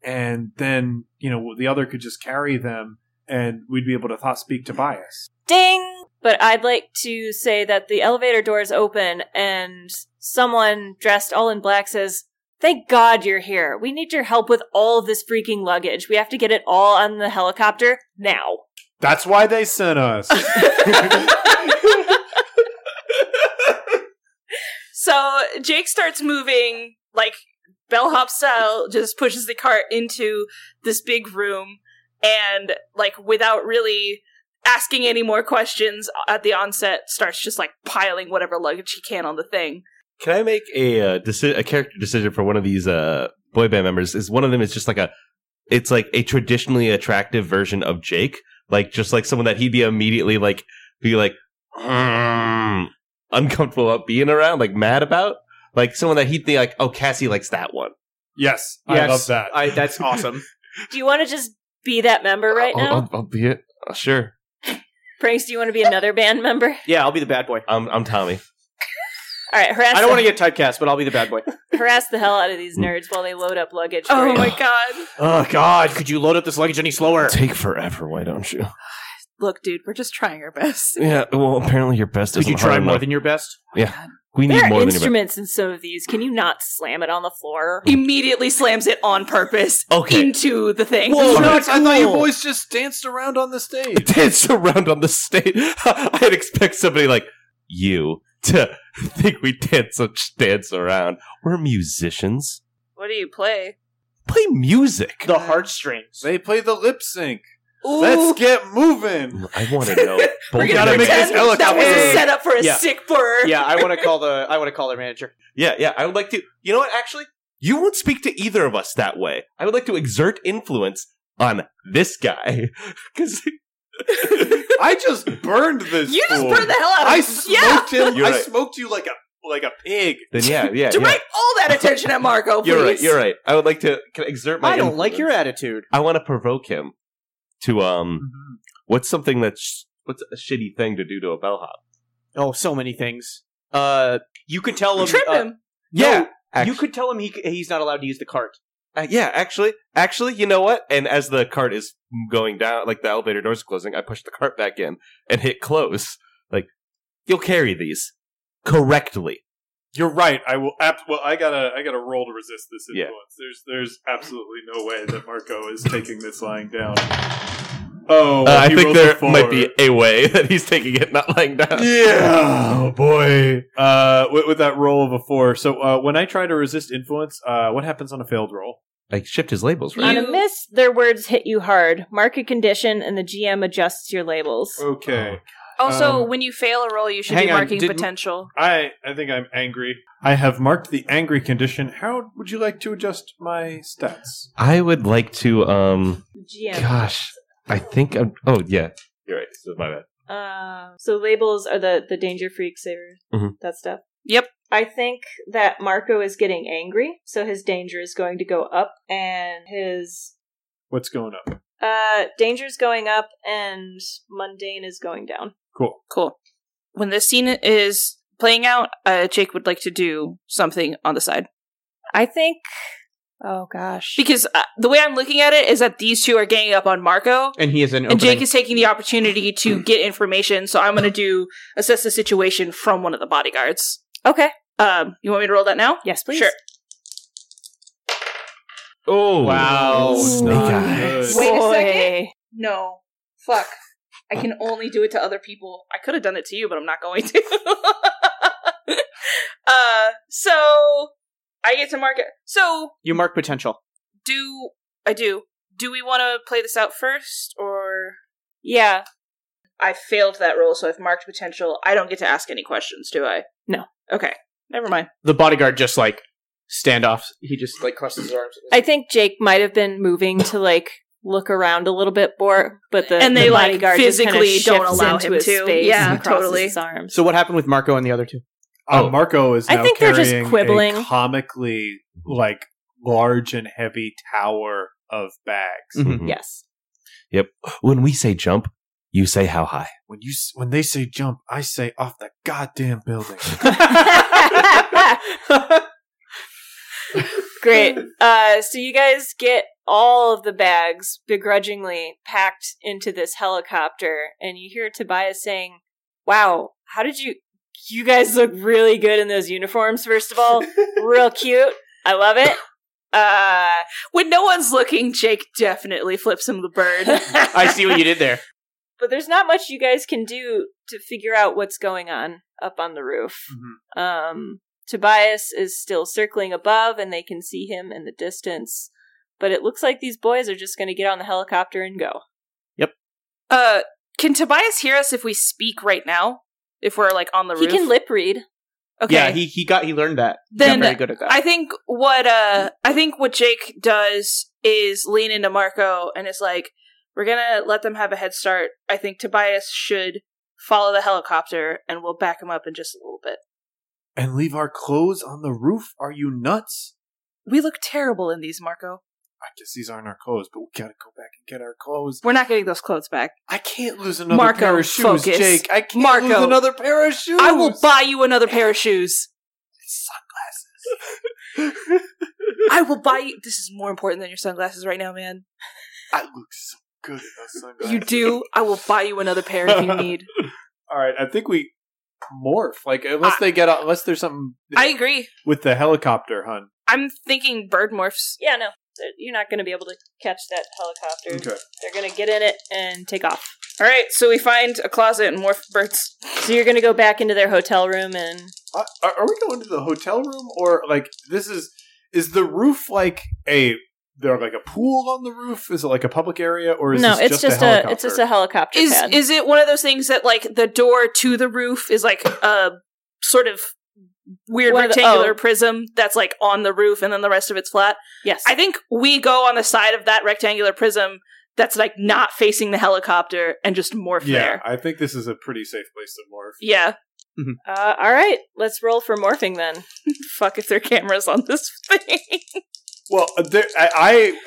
Speaker 7: and then, you know, the other could just carry them, and we'd be able to thought speak to bias.
Speaker 3: Ding! But I'd like to say that the elevator doors open and someone dressed all in black says, Thank God you're here. We need your help with all of this freaking luggage. We have to get it all on the helicopter now.
Speaker 7: That's why they sent us.
Speaker 1: So Jake starts moving like bellhop style, just pushes the cart into this big room, and like without really asking any more questions at the onset, starts just like piling whatever luggage he can on the thing.
Speaker 4: Can I make a uh, deci- a character decision for one of these uh, boy band members? Is one of them is just like a, it's like a traditionally attractive version of Jake, like just like someone that he'd be immediately like be like "Mm," uncomfortable about being around, like mad about, like someone that he'd think like, oh, Cassie likes that one.
Speaker 7: yes, I
Speaker 2: Yes,
Speaker 7: love that.
Speaker 2: I, that's awesome.
Speaker 3: Do you want to just be that member right
Speaker 4: I'll,
Speaker 3: now?
Speaker 2: Uh-huh.
Speaker 4: I'll, I'll be it. Uh, Sure.
Speaker 3: Pranks, do you want to be another band member? [LAUGHS]
Speaker 2: Yeah, I'll be the bad boy.
Speaker 4: I'm I'm Tommy.
Speaker 3: All right, harass,
Speaker 2: I don't Mm.
Speaker 3: the,
Speaker 2: want to get typecast, but I'll be the bad boy.
Speaker 3: harass the hell out of these nerds while they load up luggage. for
Speaker 1: Oh
Speaker 3: you.
Speaker 1: my god!
Speaker 2: [LAUGHS] Oh God, could you load up this luggage any slower?
Speaker 4: Take forever, why don't you?
Speaker 1: Look, dude, we're just trying our best. [LAUGHS]
Speaker 4: Yeah. Well, apparently your best
Speaker 2: Could
Speaker 4: isn't
Speaker 2: you
Speaker 4: hard
Speaker 2: try more
Speaker 4: enough.
Speaker 2: than your best?
Speaker 4: we need
Speaker 3: There
Speaker 4: more
Speaker 3: are
Speaker 4: than your best.
Speaker 3: instruments in some of these. Can you not slam it on the floor?
Speaker 1: Immediately slams it on purpose
Speaker 4: Okay.
Speaker 1: into the thing.
Speaker 4: Whoa.
Speaker 9: Nuts, I thought you
Speaker 4: Cool.
Speaker 9: boys just danced around on the
Speaker 7: [LAUGHS]
Speaker 4: It
Speaker 9: stage.
Speaker 4: dance around on the stage. [LAUGHS] I'd expect somebody like you to [LAUGHS] think we dance such dance around. We're musicians.
Speaker 1: What do you play?
Speaker 4: Play music.
Speaker 2: The heartstrings.
Speaker 7: they play the lip sync.
Speaker 1: Ooh,
Speaker 7: Let's get moving.
Speaker 4: I want to know.
Speaker 1: we're
Speaker 4: both
Speaker 1: gonna
Speaker 4: of
Speaker 7: gotta
Speaker 4: them.
Speaker 7: make this
Speaker 1: pretend that was
Speaker 7: helicopter.
Speaker 1: a setup for a
Speaker 2: Yeah.
Speaker 1: sick bird.
Speaker 2: Yeah, I want to call the I want to call their manager.
Speaker 4: yeah, yeah. I would like to. You know what? Actually, you won't speak to either of us that way. I would like to exert influence on this guy [LAUGHS] because
Speaker 7: I just burned this.
Speaker 1: You just
Speaker 7: fool.
Speaker 1: burned the hell out of
Speaker 7: I
Speaker 1: it. Yeah.
Speaker 7: smoked him.
Speaker 4: You're
Speaker 7: I
Speaker 4: right.
Speaker 7: smoked you like a like a pig.
Speaker 4: then yeah, [LAUGHS] yeah, yeah.
Speaker 1: Direct all that attention at Marco, please.
Speaker 4: [LAUGHS] You're right. You're right. I would like to can I exert my.
Speaker 2: I don't like
Speaker 4: influence?
Speaker 2: your attitude.
Speaker 4: I want to provoke him to um. What's something that's what's a shitty thing to do to a bellhop?
Speaker 2: Oh, so many things. Uh, you could tell him.
Speaker 1: Trip
Speaker 2: uh,
Speaker 1: him.
Speaker 2: Yeah,
Speaker 4: Actu-
Speaker 2: you could tell him he c- he's not allowed to use the cart.
Speaker 4: Uh, yeah, actually, actually, you know what? And as the cart is going down, like the elevator doors closing, I push the cart back in and hit close. Like, you'll carry these correctly.
Speaker 7: You're right. I will. Ab- well, I gotta. I gotta roll to resist this
Speaker 4: Yeah.
Speaker 7: influence. There's. There's absolutely no way that Marco is taking this lying down. Oh,
Speaker 4: Uh, I
Speaker 7: he
Speaker 4: think
Speaker 7: rolled a
Speaker 4: there
Speaker 7: four.
Speaker 4: might be a way [LAUGHS] that he's taking it, not lying down.
Speaker 7: Yeah, oh [LAUGHS] boy. Uh, with, with that roll of a four. So uh, when I try to resist influence, uh, what happens on a failed roll?
Speaker 4: Like, shift his labels,
Speaker 3: On
Speaker 4: right?
Speaker 3: a miss, their words hit you hard. Mark a condition, and the GM adjusts your labels.
Speaker 7: Okay.
Speaker 1: Also,
Speaker 7: Um,
Speaker 1: when you fail a roll, you should
Speaker 2: hang
Speaker 1: be
Speaker 2: on,
Speaker 1: marking
Speaker 2: didn't-
Speaker 1: potential.
Speaker 7: I I think I'm angry. I have marked the angry condition. How would you like to adjust my stats?
Speaker 4: I would like to. Um,
Speaker 3: GM.
Speaker 4: gosh, I think. I'm, oh yeah, you're right. This is my bad.
Speaker 3: Um, so labels are the the danger freak savers,
Speaker 4: Mhm.
Speaker 3: that stuff.
Speaker 1: Yep.
Speaker 3: I think that Marco is getting angry, so his danger is going to go up, and his
Speaker 7: What's going up?
Speaker 3: uh danger is going up, and mundane is going down.
Speaker 7: Cool.
Speaker 1: Cool. When this scene is playing out, uh, Jake would like to do something on the side.
Speaker 3: I think. Oh gosh.
Speaker 1: Because uh, the way I'm looking at it is that these two are ganging up on Marco,
Speaker 2: And he is an
Speaker 1: and
Speaker 2: opening.
Speaker 1: Jake is taking the opportunity
Speaker 4: Hmm.
Speaker 1: to get information. So I'm going to do assess the situation from one of the bodyguards.
Speaker 3: okay.
Speaker 1: Um, you want me to roll that now?
Speaker 3: Yes, please.
Speaker 1: Sure.
Speaker 4: Oh
Speaker 2: Wow.
Speaker 4: snake eyes.
Speaker 1: Wait a
Speaker 3: Boy.
Speaker 1: second. No. Fuck. I can only do it to other people. I could have done it to you, but I'm not going to. [LAUGHS] uh, so I get to mark it. So
Speaker 2: you mark potential.
Speaker 1: do I do? Do we want to play this out first, or
Speaker 3: Yeah.
Speaker 1: I failed that roll, so I've marked potential. I don't get to ask any questions, do I?
Speaker 3: No.
Speaker 1: Okay. Never mind.
Speaker 2: The bodyguard just like standoffs. He just like crosses his arms.
Speaker 3: I think Jake might have been moving to like look around a little bit more, but the
Speaker 1: And
Speaker 3: the
Speaker 1: they, like,
Speaker 3: bodyguard just kinda
Speaker 1: physically don't
Speaker 3: shifts
Speaker 1: allow
Speaker 3: into
Speaker 1: him
Speaker 3: his
Speaker 1: to.
Speaker 3: space
Speaker 1: Yeah,
Speaker 3: and crosses
Speaker 1: totally.
Speaker 3: His arms.
Speaker 2: So what happened with Marco and the other two?
Speaker 7: Uh,
Speaker 4: Oh.
Speaker 7: Marco is
Speaker 3: I
Speaker 7: now
Speaker 3: think they're just
Speaker 7: carrying
Speaker 3: quibbling.
Speaker 7: a comically like large and heavy tower of bags.
Speaker 2: Mhm.
Speaker 4: Mhm.
Speaker 3: yes.
Speaker 4: Yep. When we say jump, you say how high.
Speaker 7: When you s- when they say jump, I say off the goddamn
Speaker 4: [LAUGHS]
Speaker 7: building.
Speaker 3: [LAUGHS] Great. Uh, so you guys get all of the bags begrudgingly packed into this helicopter, and you hear Tobias saying, "Wow, how did you? You guys look really good in those uniforms. First of all, real cute. I love it." Uh,
Speaker 1: When no one's looking, Jake definitely flips him the bird.
Speaker 2: [LAUGHS] [LAUGHS] I see what you did there.
Speaker 3: but there's not much you guys can do to figure out what's going on up on the roof.
Speaker 1: Mm-hmm.
Speaker 3: Um, Tobias is still circling above, and they can see him in the distance. But it looks like these boys are just going to get on the helicopter and go.
Speaker 1: uh, can Tobias hear us if we speak right now? If we're like on the
Speaker 3: He
Speaker 1: roof,
Speaker 3: can lip read.
Speaker 1: [LAUGHS] Okay.
Speaker 2: Yeah, he he got he learned that. He
Speaker 1: Then
Speaker 2: got very good at that.
Speaker 1: I think what uh I think what Jake does is lean into Marco and is like, "We're gonna let them have a head start. I think Tobias should follow the helicopter, and we'll back him up in just a little bit."
Speaker 7: and leave our clothes on the roof? Are you nuts?
Speaker 1: We look terrible in these, Marco.
Speaker 7: I guess these aren't our clothes, but we gotta go back and get our clothes.
Speaker 1: We're not getting those clothes back.
Speaker 7: I can't lose another
Speaker 1: Marco,
Speaker 7: pair of shoes,
Speaker 1: focus.
Speaker 7: Jake. I can't
Speaker 1: Marco.
Speaker 7: lose another pair of shoes.
Speaker 1: I will buy you another pair of shoes.
Speaker 7: Sunglasses.
Speaker 1: [LAUGHS] I will buy you. This is more important than your sunglasses right now, man.
Speaker 7: I look so good in those sunglasses.
Speaker 1: You do. I will buy you another pair if [LAUGHS] you need.
Speaker 7: All right, I think we morph. Like uh, unless they get out, unless there's something
Speaker 1: I agree.
Speaker 7: with the helicopter, hun.
Speaker 1: I'm thinking bird morphs.
Speaker 3: Yeah, no, th- you're not going to be able to catch that helicopter.
Speaker 1: Mm.
Speaker 7: Okay.
Speaker 3: They're going to get in it and take off.
Speaker 1: All right, so we find a closet and morph birds.
Speaker 3: So you're going to go back into their hotel room and
Speaker 7: Are, Uh, are we going to the hotel room or like this is is the roof like a there like a pool on the roof? Is it like a public area or is
Speaker 3: no,
Speaker 7: this
Speaker 3: it's
Speaker 7: just,
Speaker 3: just
Speaker 7: a,
Speaker 3: a,
Speaker 7: helicopter?
Speaker 3: it's just a helicopter
Speaker 1: Is
Speaker 3: pad.
Speaker 1: is it one of those things that like the door to the roof is like a sort of weird
Speaker 3: One of the-
Speaker 1: rectangular
Speaker 3: oh.
Speaker 1: prism that's like on the roof and then the rest of it's flat?
Speaker 3: yes,
Speaker 1: I think we go on the side of that rectangular prism that's like not facing the helicopter and just morph
Speaker 7: yeah.
Speaker 1: there.
Speaker 7: I think this is a pretty safe place to morph.
Speaker 1: Yeah.
Speaker 3: Uh, all right, let's roll for morphing then.
Speaker 1: Fuck if there are cameras on this [LAUGHS] thing.
Speaker 7: Well, uh, there, I,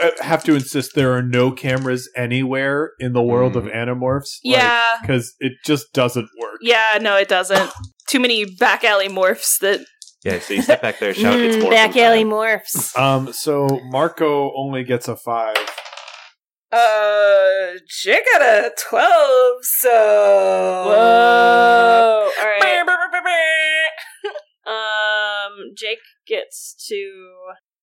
Speaker 7: I uh, have to insist there are no cameras anywhere in the world of anamorphs.
Speaker 1: yeah.
Speaker 7: because it just doesn't work.
Speaker 1: Yeah, no, it doesn't. Too many back alley morphs that
Speaker 4: Yeah, so you step back there, shout, it's
Speaker 3: Mm,
Speaker 4: more.
Speaker 3: back
Speaker 4: than
Speaker 3: alley
Speaker 4: time.
Speaker 3: morphs.
Speaker 7: Um, so Marco only gets a five.
Speaker 1: uh Jake got a twelve, so uh,
Speaker 3: Whoa! All right.
Speaker 1: [LAUGHS]
Speaker 3: Um, Jake gets to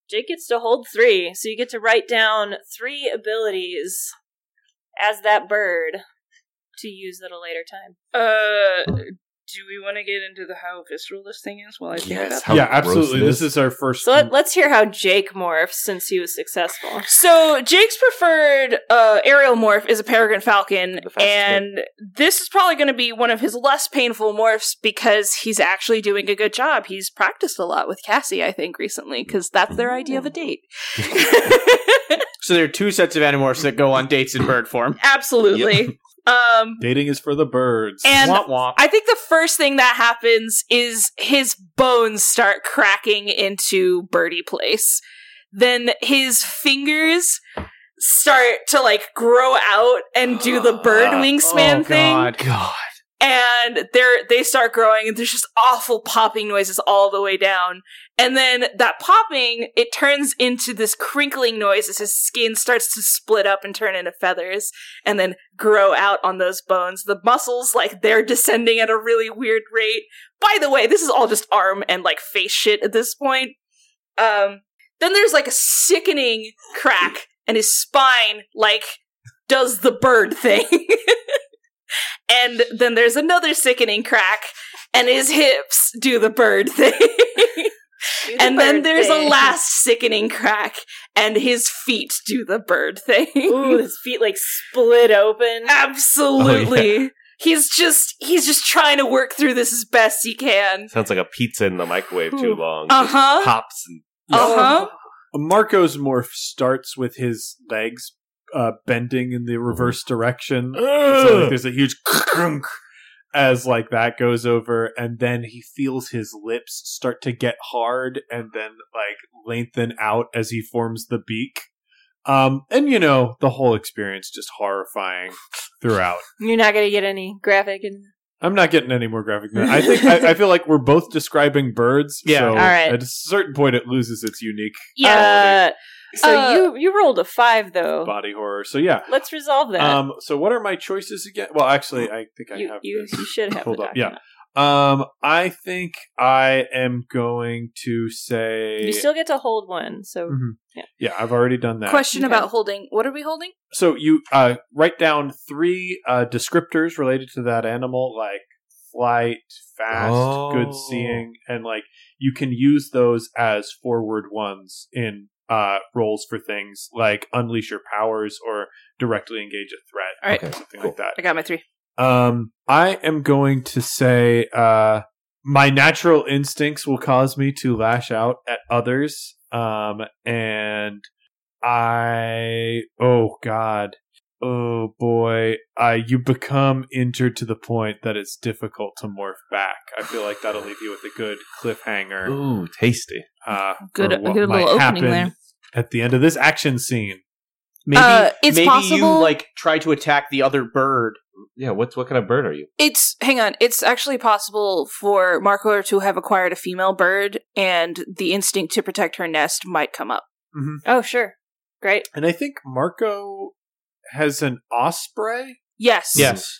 Speaker 3: Jake gets to hold three, so you get to write down three abilities as that bird to use at a later time.
Speaker 1: Uh, do we want to get into the how visceral this thing is while I figure it
Speaker 4: Yes,
Speaker 1: out?
Speaker 4: how
Speaker 7: yeah,
Speaker 4: gross
Speaker 7: absolutely.
Speaker 4: it
Speaker 7: This is our first.
Speaker 3: So let, let's hear how Jake morphs since he was successful.
Speaker 1: So Jake's preferred uh, aerial morph is a peregrine falcon,
Speaker 4: The fastest
Speaker 1: and this is probably going to be one of his less painful morphs because he's actually doing a good job. He's practiced a lot with Cassie, I think, recently because that's their idea of
Speaker 4: Mm.
Speaker 1: a date.
Speaker 4: [LAUGHS]
Speaker 2: So there are two sets of animorphs that go on dates in bird form.
Speaker 1: [LAUGHS] Absolutely. Um,
Speaker 7: dating is for the birds.
Speaker 1: and uh,
Speaker 2: womp womp.
Speaker 1: I think the first thing that happens is his bones start cracking into birdie place. Then his fingers start to like grow out and do the bird wingspan
Speaker 2: [GASPS] oh,
Speaker 1: thing.
Speaker 2: God. God.
Speaker 1: And they're they start growing and there's just awful popping noises all the way down. And then that popping, it turns into this crinkling noise as his skin starts to split up and turn into feathers and then grow out on those bones. The muscles, like, they're descending at a really weird rate. By the way, this is all just arm and, like, face shit at this point. Um, then there's, like, a sickening crack, and his spine, like, does the bird thing. [LAUGHS] and then there's another sickening crack, and his hips do the bird [LAUGHS]
Speaker 3: [LAUGHS]
Speaker 1: thing. and then there's a last sickening crack, and his feet do the bird thing.
Speaker 3: Ooh, his feet like split open.
Speaker 1: Absolutely. He's just he's just trying to work through this as best he can.
Speaker 4: Sounds like a pizza in the microwave too long.
Speaker 1: Uh
Speaker 4: Just
Speaker 3: Uh-huh.
Speaker 1: huh.
Speaker 4: Pops and
Speaker 1: Uh huh.
Speaker 3: Oh.
Speaker 7: Marco's morph starts with his legs uh, bending in the reverse direction. So like, there's a huge crunk as like that goes over, and then he feels his lips start to get hard and then like lengthen out as he forms the beak. Um, and you know the whole experience just horrifying throughout.
Speaker 3: You're not gonna get any graphic. And
Speaker 7: I'm not getting any more graphic than that. I
Speaker 3: [LAUGHS]
Speaker 7: think I, I feel like we're both describing birds.
Speaker 2: Yeah.
Speaker 7: so
Speaker 3: All right.
Speaker 7: At a certain point, it loses its unique
Speaker 3: Uh,
Speaker 1: Yeah.
Speaker 3: so
Speaker 1: Uh,
Speaker 3: you you rolled a five though.
Speaker 7: body horror. So yeah,
Speaker 3: Let's resolve that.
Speaker 7: Um, so what are my choices again? Well, actually, I think I
Speaker 3: you,
Speaker 7: have.
Speaker 3: you,
Speaker 7: this.
Speaker 3: you should have.
Speaker 7: Hold
Speaker 3: the
Speaker 7: up, yeah.
Speaker 3: document.
Speaker 7: Um, I think I am going to say.
Speaker 3: You still get to hold one. So
Speaker 7: Mhm.
Speaker 3: yeah.
Speaker 7: Yeah, I've already done that.
Speaker 1: Question
Speaker 3: Okay.
Speaker 1: about holding. What are we holding?
Speaker 7: So you uh, write down three uh, descriptors related to that animal, like flight, fast,
Speaker 4: Oh.
Speaker 7: good seeing, and like you can use those as forward ones in uh, roles for things like unleash your powers or directly engage a threat,
Speaker 1: All right.
Speaker 7: or something like
Speaker 4: cool.
Speaker 7: that.
Speaker 1: I got my three.
Speaker 7: Um, I am going to say uh, my natural instincts will cause me to lash out at others. Um, and I, oh God, oh boy, I you become injured to the point that it's difficult to morph back. I feel like that'll leave you with a good cliffhanger.
Speaker 4: Ooh, tasty.
Speaker 7: Uh, for
Speaker 1: Good- a
Speaker 7: what
Speaker 1: good little
Speaker 7: might
Speaker 1: opening
Speaker 7: happen at the end of this action scene.
Speaker 2: Maybe,
Speaker 1: Uh, it's
Speaker 2: maybe
Speaker 1: possible-
Speaker 2: you like try to attack the other
Speaker 1: [LAUGHS]
Speaker 2: bird.
Speaker 4: Yeah, what's what kind of bird are you?
Speaker 1: It's hang on. It's actually possible for Marco to have acquired a female bird, and the instinct to protect her nest might come up.
Speaker 3: Oh sure, great.
Speaker 7: And I think Marco has an osprey.
Speaker 1: Yes.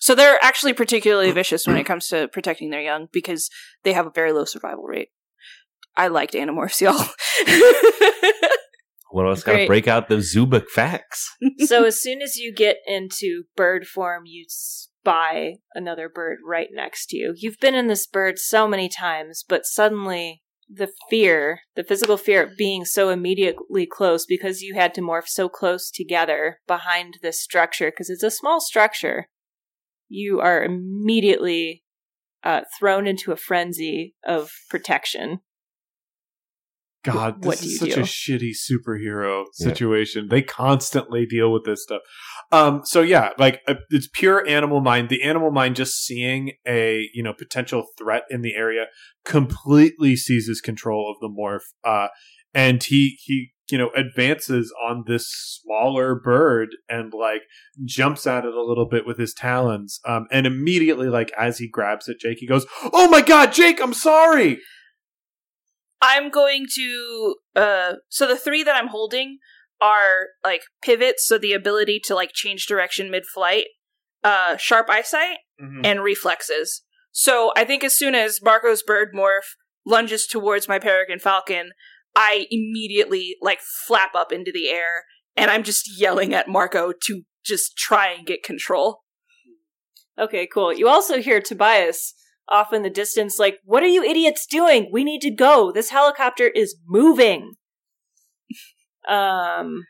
Speaker 1: So they're actually particularly vicious when it comes to protecting their young because they have a very low survival rate. I liked Animorphs, y'all. [LAUGHS]
Speaker 4: One of us got to
Speaker 3: Great.
Speaker 4: break out those Zubik facts.
Speaker 3: so as soon as you get into bird form, you spy another bird right next to you. You've been in this bird so many times, but suddenly the fear, the physical fear of being so immediately close because you had to morph so close together behind this structure, because it's a small structure, you are immediately uh, thrown into a frenzy of protection.
Speaker 7: God,
Speaker 3: What
Speaker 7: this
Speaker 3: do you
Speaker 7: is such
Speaker 3: do?
Speaker 7: a shitty superhero
Speaker 4: Yeah.
Speaker 7: situation. They constantly deal with this stuff. Um, so yeah, like uh, it's pure animal mind. The animal mind just seeing a you know potential threat in the area completely seizes control of the morph, uh, and he he you know advances on this smaller bird and like jumps at it a little bit with his talons. Um, and immediately, like as he grabs it, Jake, he goes, "Oh my god, Jake, I'm sorry."
Speaker 1: I'm going to uh so the three that I'm holding are like pivots, so the ability to like change direction mid flight, uh sharp eyesight,
Speaker 3: Mm-hmm.
Speaker 1: and reflexes. So I think as soon as Marco's bird morph lunges towards my peregrine falcon, I immediately like flap up into the air and I'm just yelling at Marco to just try and get control.
Speaker 3: Okay, cool. You also hear Tobias off in the distance, like, What are you idiots doing? We need to go. This helicopter is moving. [LAUGHS] um.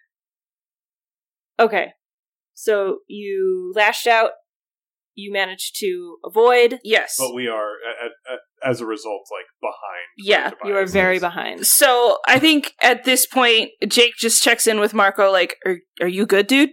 Speaker 3: Okay. So you lashed out. You managed to avoid.
Speaker 1: Yes.
Speaker 7: But we are, a- a- a- as a result, like behind.
Speaker 1: Yeah,
Speaker 7: Tobias
Speaker 3: You are very
Speaker 7: is.
Speaker 3: behind.
Speaker 1: So I think at this point, Jake just checks in with Marco, like, "Are are you good, dude?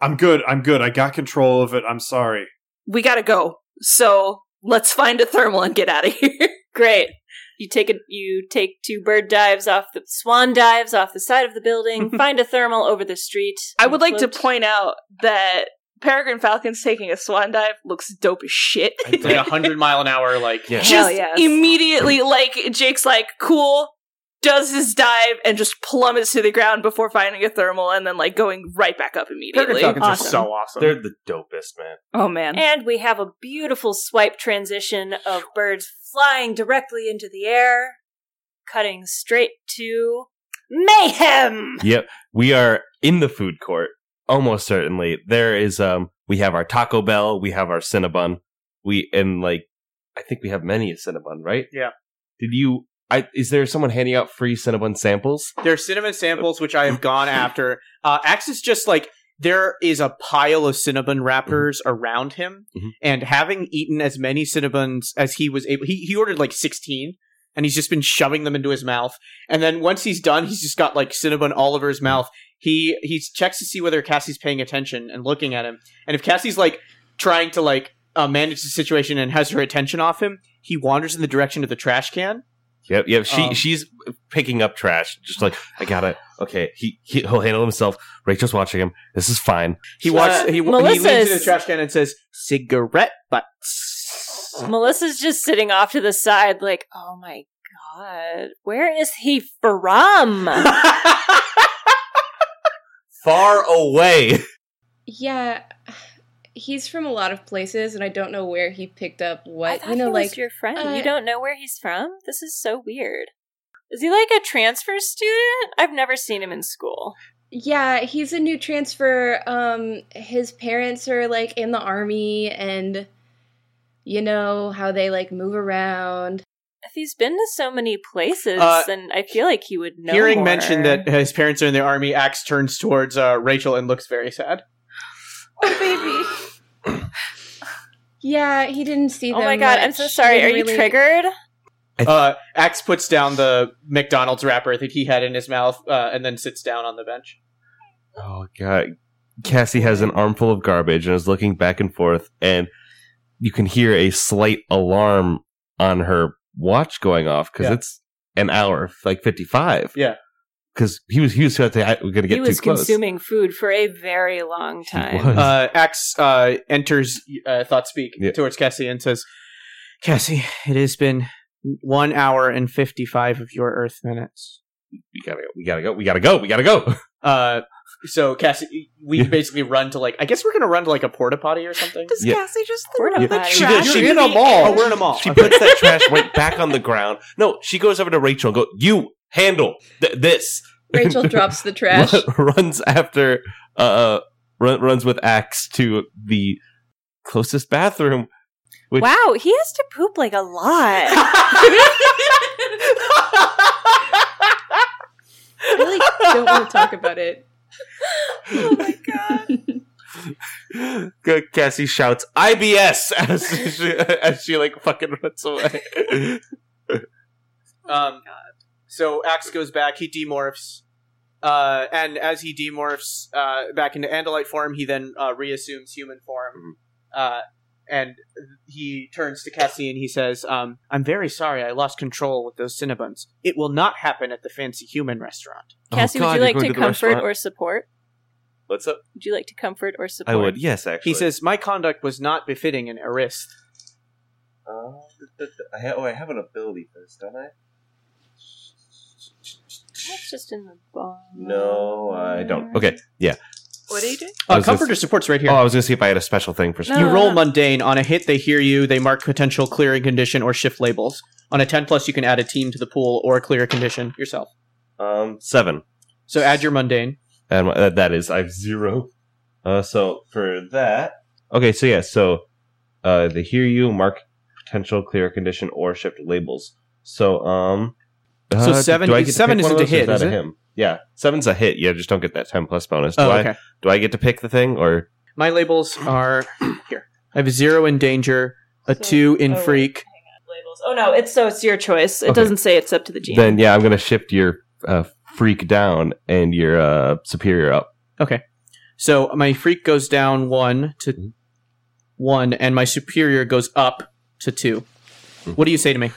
Speaker 7: I'm good. I'm good. I got control of it. I'm sorry.
Speaker 1: We gotta go. So let's find a thermal and get out of here." [LAUGHS]
Speaker 3: Great. You take a you take two bird dives off the swan dives off the side of
Speaker 1: [LAUGHS]
Speaker 3: the building. find a thermal over the street.
Speaker 1: I would like to
Speaker 3: Float.
Speaker 1: point out that Peregrine Falcon's taking a swan dive looks dope as shit. [LAUGHS]
Speaker 2: like a hundred mile an hour, like
Speaker 4: Yeah.
Speaker 3: [LAUGHS]
Speaker 1: just
Speaker 3: Hell yes.
Speaker 1: immediately like Jake's like cool does his dive and just plummets to the ground before finding a thermal and then like going right back up
Speaker 2: Peregrine
Speaker 1: immediately.
Speaker 2: Falcons
Speaker 3: Awesome.
Speaker 2: are so awesome.
Speaker 4: They're the dopest, man.
Speaker 1: Oh man.
Speaker 3: And we have a beautiful swipe transition of birds flying directly into the air, cutting straight to mayhem.
Speaker 4: Yep. We are in the food court, almost certainly. There is um we have our Taco Bell, we have our Cinnabon. We and like I think we have many a Cinnabon, right?
Speaker 2: Yeah.
Speaker 4: Did you I is there someone handing out free Cinnabon samples?
Speaker 2: There are cinnamon samples, which I have gone after. Uh, Axe is just like there is a pile of cinnamon wrappers around him,
Speaker 4: Mhm.
Speaker 2: and having eaten as many cinnamons as he was able, he, he ordered like sixteen, and he's just been shoving them into his mouth. And then once he's done, he's just got like cinnamon all over his mouth. He he checks to see whether Cassie's paying attention and looking at him, and if Cassie's like trying to like uh, manage the situation and has her attention off him, he wanders in the direction of the trash can.
Speaker 4: Yep, yep. She
Speaker 2: Um,
Speaker 4: she's picking up trash. Just like, I gotta okay, he, he he'll handle himself. Rachel's watching him. This is fine.
Speaker 2: He
Speaker 3: Uh,
Speaker 2: walks. he, he leans
Speaker 3: Melissa
Speaker 2: into the
Speaker 3: is-
Speaker 2: trash can and says, "Cigarette butts."
Speaker 3: Melissa's just sitting off to the side, like, oh my god, where is he [LAUGHS] from?
Speaker 4: Far away.
Speaker 8: Yeah, [SIGHS] he's from a lot of places, and I don't know where he picked up
Speaker 3: I
Speaker 8: what.
Speaker 3: thought
Speaker 8: You know,
Speaker 3: he was
Speaker 8: like
Speaker 3: your friend.
Speaker 8: uh,
Speaker 3: you don't know where he's from. This is so weird. Is he like a transfer student? I've never seen him in school.
Speaker 8: yeah, he's a new transfer. Um, his parents are like in the army, and you know how they like move around.
Speaker 3: If he's been to so many places,
Speaker 2: Uh,
Speaker 3: then I feel like he would know.
Speaker 2: Hearing
Speaker 3: more.
Speaker 2: mention that his parents are in the army, Axe turns towards uh, Rachel and looks very sad.
Speaker 8: Yeah, he didn't see
Speaker 3: Oh
Speaker 8: them.
Speaker 3: my god, I'm so
Speaker 8: much.
Speaker 3: sorry.
Speaker 8: He
Speaker 3: Are
Speaker 8: didn't
Speaker 3: you
Speaker 8: really-
Speaker 3: triggered?
Speaker 2: Uh, Axe puts down the McDonald's wrapper that he had in his mouth uh, and then sits down on the bench.
Speaker 4: Oh god. Cassie has an armful of garbage and is looking back and forth and you can hear a slight alarm on her watch going off cuz
Speaker 2: Yeah.
Speaker 4: it's an hour like 55.
Speaker 2: Yeah.
Speaker 4: Cuz he was he was about to we're going to get
Speaker 3: He
Speaker 4: too
Speaker 3: was
Speaker 4: close.
Speaker 3: consuming food for a very long time.
Speaker 4: was.
Speaker 2: Uh, Axe uh, enters uh, Thought Speak
Speaker 4: Yeah.
Speaker 2: towards Cassie and says, Cassie, it has been one hour and 55 of your Earth minutes.
Speaker 4: we got to we got to go. We got to go. We got to go.
Speaker 2: Uh, so, Cassie, we
Speaker 4: Yeah.
Speaker 2: basically run to like, I guess we're going to run to like a porta potty or something.
Speaker 1: Does
Speaker 4: Yeah.
Speaker 1: Cassie just
Speaker 3: We're
Speaker 1: throw
Speaker 3: not
Speaker 1: the
Speaker 3: bad.
Speaker 1: trash?
Speaker 3: She
Speaker 4: did. She
Speaker 1: in
Speaker 4: did
Speaker 1: the
Speaker 4: a mall.
Speaker 2: Oh,
Speaker 1: air?
Speaker 2: we're in a mall.
Speaker 4: [LAUGHS] She
Speaker 2: Okay.
Speaker 4: puts that trash right back on the ground. No, she goes over to Rachel and go, "You handle th- this."
Speaker 8: [LAUGHS] Rachel drops the trash.
Speaker 4: [LAUGHS] runs after uh run, runs with axe to the closest bathroom Which- Oh,
Speaker 3: Wow, he has to poop like a [LAUGHS] lot.
Speaker 8: I like don't want to talk about
Speaker 3: [LAUGHS]
Speaker 8: it.
Speaker 1: Oh my god.
Speaker 8: [LAUGHS]
Speaker 4: Good cassie shouts ibs [LAUGHS] as she, as she like fucking runs away
Speaker 2: Um, so Axe goes back. He demorphs, uh, and as he demorphs uh, back into Andalite form, he then uh, reassumes human form.
Speaker 4: Mm-hmm.
Speaker 2: Uh, and he turns to Cassie and he says, um, "I'm very sorry. I lost control with those cinnabuns. It will not happen at the fancy human restaurant."
Speaker 3: Cassie,
Speaker 4: Oh, God,
Speaker 3: would you
Speaker 4: you're
Speaker 3: like
Speaker 4: going
Speaker 3: to
Speaker 4: the
Speaker 3: comfort
Speaker 4: restaurant?
Speaker 3: or support?
Speaker 4: what's up
Speaker 3: Would you like to comfort or support?
Speaker 4: i would yes actually
Speaker 2: He says, "My conduct was not befitting an arist."
Speaker 4: Uh, th- th- I ha- oh i have an ability for this don't i
Speaker 3: That's just in the bottom.
Speaker 4: no i don't okay yeah
Speaker 1: What are you doing?
Speaker 4: I
Speaker 2: Uh,
Speaker 4: was gonna-
Speaker 2: comforter support's right here.
Speaker 4: oh i was gonna see if i had a special thing for
Speaker 3: No.
Speaker 2: You roll mundane on a hit. They hear you. They mark potential clearing condition or shift labels. On a ten plus, you can add a team to the pool or clear a condition yourself.
Speaker 4: um seven
Speaker 2: So add your mundane.
Speaker 4: And my- that, that is, I have zero. Uh, so for that, okay, so yeah, so uh, they hear you, mark potential clear condition or shift labels. So um,
Speaker 2: So seven-
Speaker 4: do I get to
Speaker 2: seven
Speaker 4: pick
Speaker 2: isn't
Speaker 4: one of
Speaker 2: a
Speaker 4: those or
Speaker 2: hit,
Speaker 4: that
Speaker 2: is
Speaker 4: a
Speaker 2: it?
Speaker 4: him? Yeah, seven's a hit. Yeah, just don't get that ten plus bonus. Do
Speaker 2: Oh,
Speaker 4: I?
Speaker 2: okay.
Speaker 4: Do I get to pick the thing or?
Speaker 2: My labels are [CLEARS THROAT] here. I have a zero in danger, a
Speaker 3: So-
Speaker 2: two in
Speaker 3: oh, wait.
Speaker 2: freak.
Speaker 3: Labels. Oh no, it's so it's your choice. It
Speaker 4: Okay.
Speaker 3: doesn't say it's up to the GM.
Speaker 4: Then yeah, I'm gonna shift your uh, freak down and your uh, superior up.
Speaker 2: So my freak goes down one to one, and my superior goes up to two. What do you say to me?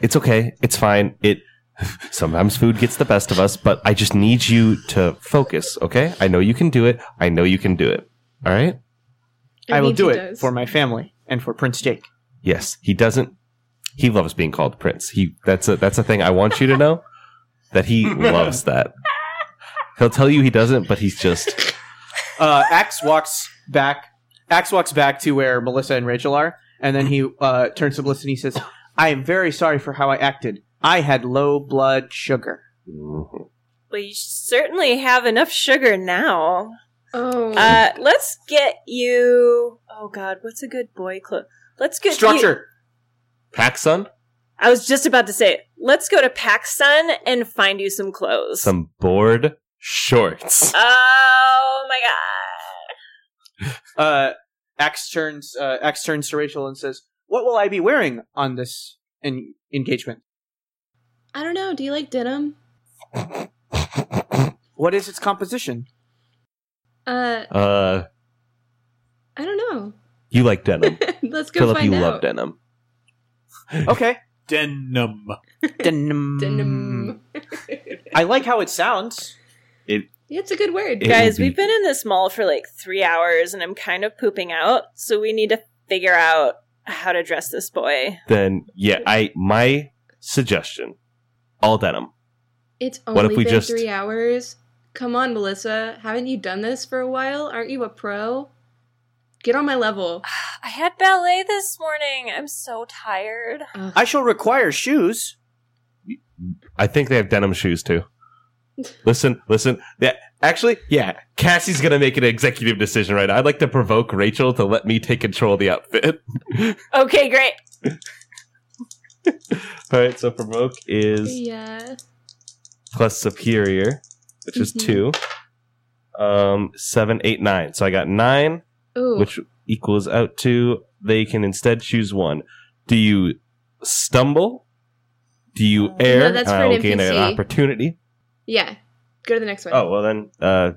Speaker 4: It's okay. It's fine. It [SIGHS] sometimes food gets the best of us, but I just need you to focus. Okay, I know you can do it. I know you can do it. All right.
Speaker 2: I will
Speaker 8: mean,
Speaker 2: do
Speaker 8: he
Speaker 2: it
Speaker 8: does.
Speaker 2: for my family and for Prince Jake.
Speaker 4: Yes, he doesn't. He loves being called prince. He that's a that's a thing I want you to know [LAUGHS] that he loves that. He'll tell you he doesn't, but he's just
Speaker 2: Uh, Axe walks back. Axe walks back to where Melissa and Rachel are, and then he uh, turns to Melissa and he says, "I am very sorry for how I acted. I had low blood sugar."
Speaker 3: Well, you certainly have enough sugar now.
Speaker 8: Oh.
Speaker 3: Uh, let's get you. Oh God, what's a good boy club? Let's get you-
Speaker 2: Structure.
Speaker 4: Paxson,
Speaker 3: I was just about to say, it. let's go to PacSun and find you some clothes.
Speaker 4: some board shorts.
Speaker 3: Oh my God!
Speaker 2: Uh, Axe turns. Uh, Axe turns to Rachel and says, "What will I be wearing on this en- engagement?
Speaker 8: I don't know. Do you like denim?
Speaker 2: What is its composition?"
Speaker 8: Uh,
Speaker 4: Uh,
Speaker 8: I don't know. [LAUGHS]
Speaker 4: you like denim,
Speaker 8: Let's [LAUGHS] go
Speaker 4: Philip.
Speaker 8: find
Speaker 4: You
Speaker 8: out.
Speaker 4: love denim.
Speaker 2: Okay.
Speaker 7: Denim.
Speaker 2: Denim.
Speaker 8: Denim.
Speaker 2: I like how it sounds.
Speaker 8: it's a good word.
Speaker 4: It would
Speaker 3: Guys,
Speaker 4: be-
Speaker 3: we've been in this mall for like three hours, and I'm kind of pooping out, so we need to figure out how to dress this boy.
Speaker 4: Then yeah, I my suggestion, all denim.
Speaker 8: It's only
Speaker 4: What if we
Speaker 8: been
Speaker 4: just-
Speaker 8: three hours. Come on, Melissa. Haven't you done this for a while? Aren't you a pro? Get on my level.
Speaker 3: I had ballet this morning. I'm so tired.
Speaker 8: Ugh.
Speaker 2: I shall require shoes.
Speaker 4: I think they have denim shoes too. Listen, listen. Yeah, actually, yeah. Cassie's gonna make an executive decision right now. I'd like to provoke Rachel to let me take control of the outfit.
Speaker 3: Okay, great.
Speaker 4: [LAUGHS] All right, so provoke is
Speaker 8: yeah.
Speaker 4: plus superior, which is
Speaker 8: Mhm.
Speaker 4: two. Um, seven, eight, nine. So I got nine,
Speaker 8: Ooh.
Speaker 4: which equals out to. They can instead choose one. Do you stumble? Do you err?
Speaker 8: Um,
Speaker 4: and
Speaker 8: that's for
Speaker 4: I
Speaker 8: an
Speaker 4: will gain an
Speaker 8: NPC.
Speaker 4: opportunity.
Speaker 8: yeah. Go to the next one.
Speaker 4: Oh well, then uh,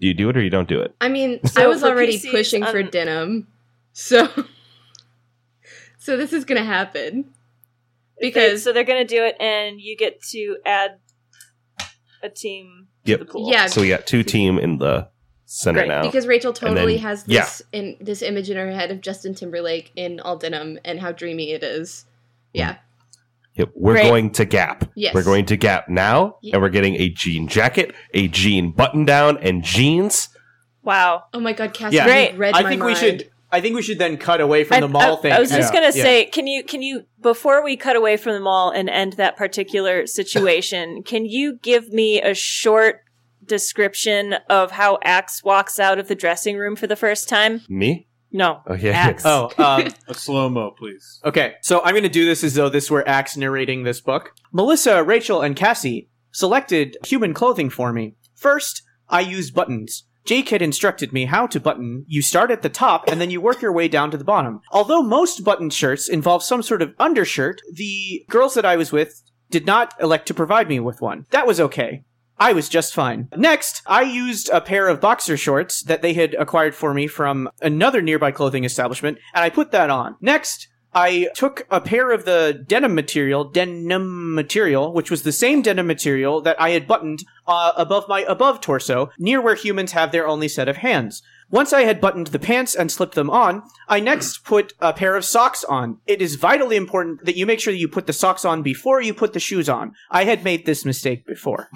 Speaker 4: do you do it or you don't do it?
Speaker 8: I mean,
Speaker 3: So
Speaker 8: I was
Speaker 3: for
Speaker 8: already
Speaker 3: PCs,
Speaker 8: pushing for
Speaker 3: um,
Speaker 8: denim, so [LAUGHS] so this is gonna happen because
Speaker 3: so they're gonna do it, and you get to add a team
Speaker 4: Yep.
Speaker 3: to the pool.
Speaker 8: yeah,
Speaker 4: So we got two team in the center
Speaker 3: Great,
Speaker 4: now.
Speaker 8: because Rachel totally
Speaker 4: then-
Speaker 8: has
Speaker 4: yeah.
Speaker 8: this in this image in her head of Justin Timberlake in all denim and how dreamy it is. Yeah,
Speaker 4: Yep, we're
Speaker 3: Right.
Speaker 4: going to Gap.
Speaker 8: Yes.
Speaker 4: We're going to Gap now,
Speaker 8: Ye-
Speaker 4: and we're getting a jean jacket, a jean button down, and jeans.
Speaker 3: Wow.
Speaker 8: oh my god, Cassie,
Speaker 2: Yeah.
Speaker 8: you
Speaker 3: Great.
Speaker 8: read
Speaker 2: I
Speaker 8: my
Speaker 2: think
Speaker 8: mind.
Speaker 2: we should. I think we should then cut away from
Speaker 3: I-
Speaker 2: the mall
Speaker 3: I,
Speaker 2: thing.
Speaker 3: I was just
Speaker 2: Yeah.
Speaker 3: gonna
Speaker 2: Yeah.
Speaker 3: say, can you can you before we cut away from the mall and end that particular situation, can you give me a short description of how Axe walks out of the dressing room for the first time?
Speaker 4: Me?
Speaker 3: No.
Speaker 4: Oh yeah.
Speaker 3: Axe.
Speaker 2: Oh,
Speaker 3: [LAUGHS]
Speaker 2: um,
Speaker 7: A slow mo, please.
Speaker 2: okay. So I'm going to do this as though this were Axe narrating this book. Melissa, Rachel, and Cassie selected human clothing for me. First, I used buttons. Jake had instructed me how to button. You start at the top and then you work your way down to the bottom. Although most button shirts involve some sort of undershirt, the girls that I was with did not elect to provide me with one. That was okay. I was just fine. Next, I used a pair of boxer shorts that they had acquired for me from another nearby clothing establishment, and I put that on. Next, I took a pair of the denim material, denim material, which was the same denim material that I had buttoned uh, above my above torso, near where humans have their only set of hands. Once I had buttoned the pants and slipped them on, I next put a pair of socks on. It is vitally important that you make sure that you put the socks on before you put the shoes on. I had made this mistake before.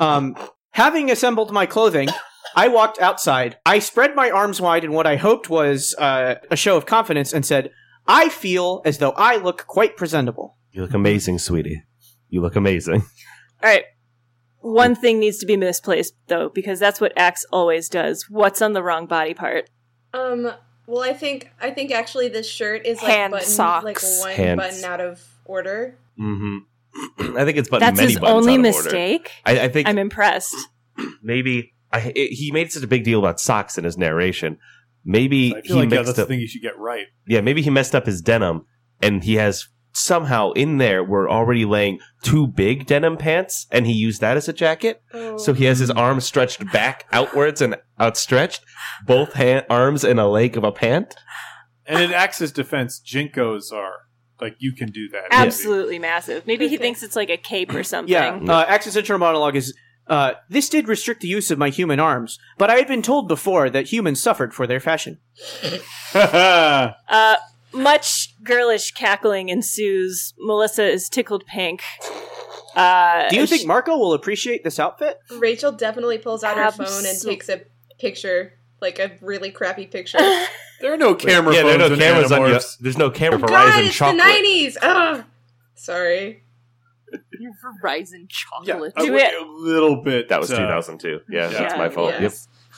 Speaker 2: Um, having assembled my clothing, I walked outside. I spread my arms wide in what I hoped was uh, a show of confidence and said, I feel as though I look quite presentable.
Speaker 4: [LAUGHS] You look amazing, sweetie. You look amazing.
Speaker 3: All right. One thing needs to be misplaced though, because that's what Axe always does. What's on the wrong body part?
Speaker 8: Um, Well, I think I think actually this shirt is like
Speaker 3: Hand
Speaker 8: buttoned like
Speaker 3: socks.
Speaker 8: one
Speaker 4: Hand
Speaker 8: button out of order.
Speaker 4: Mm-hmm. [CLEARS THROAT] I think it's button
Speaker 3: That's
Speaker 4: many
Speaker 3: his
Speaker 4: buttons
Speaker 3: only
Speaker 4: out of order.
Speaker 3: mistake.
Speaker 4: I, I think
Speaker 3: I'm impressed.
Speaker 4: maybe I, it, he made such a big deal about socks in his narration. Maybe
Speaker 7: I
Speaker 4: he
Speaker 7: feel like yeah,
Speaker 4: mixed
Speaker 7: that's
Speaker 4: up.
Speaker 7: the thing you should get right.
Speaker 4: yeah, maybe he messed up his denim, and he has somehow in there we're already laying two big denim pants, and he used that as a jacket.
Speaker 8: Oh.
Speaker 4: So he has his arms stretched back outwards and outstretched, both hand, arms in a leg of a pant.
Speaker 7: And in Axe's defense, Jinkos are like you can do that.
Speaker 3: Absolutely massive. Maybe he
Speaker 8: Okay.
Speaker 3: thinks it's like a cape or something.
Speaker 12: Yeah,
Speaker 4: Yeah.
Speaker 12: uh, Axis internal monologue is. Uh, this did restrict the use of my human arms, but I had been told before that humans suffered for their fashion.
Speaker 3: Uh, much girlish cackling ensues. Melissa is tickled pink. Uh,
Speaker 12: Do you
Speaker 3: she-
Speaker 12: think Marco will appreciate this outfit?
Speaker 8: Rachel definitely pulls out her phone and
Speaker 3: Abso-
Speaker 8: takes a picture, like a really crappy picture.
Speaker 7: [LAUGHS] There are no camera
Speaker 4: yeah, there
Speaker 7: phones
Speaker 4: are no
Speaker 7: in
Speaker 4: cameras on you.
Speaker 7: Animorphs.
Speaker 4: There's no camera for
Speaker 8: God,
Speaker 4: Verizon
Speaker 8: it's
Speaker 4: chocolate.
Speaker 8: the nineties. Ugh. Sorry.
Speaker 1: Your Verizon
Speaker 7: Yeah,
Speaker 1: chocolate.
Speaker 7: a,
Speaker 3: Do it.
Speaker 7: a little bit.
Speaker 4: That was
Speaker 7: uh,
Speaker 4: 2002. Yeah,
Speaker 7: yeah.
Speaker 4: that's my fault.
Speaker 8: Yeah.
Speaker 4: Yep.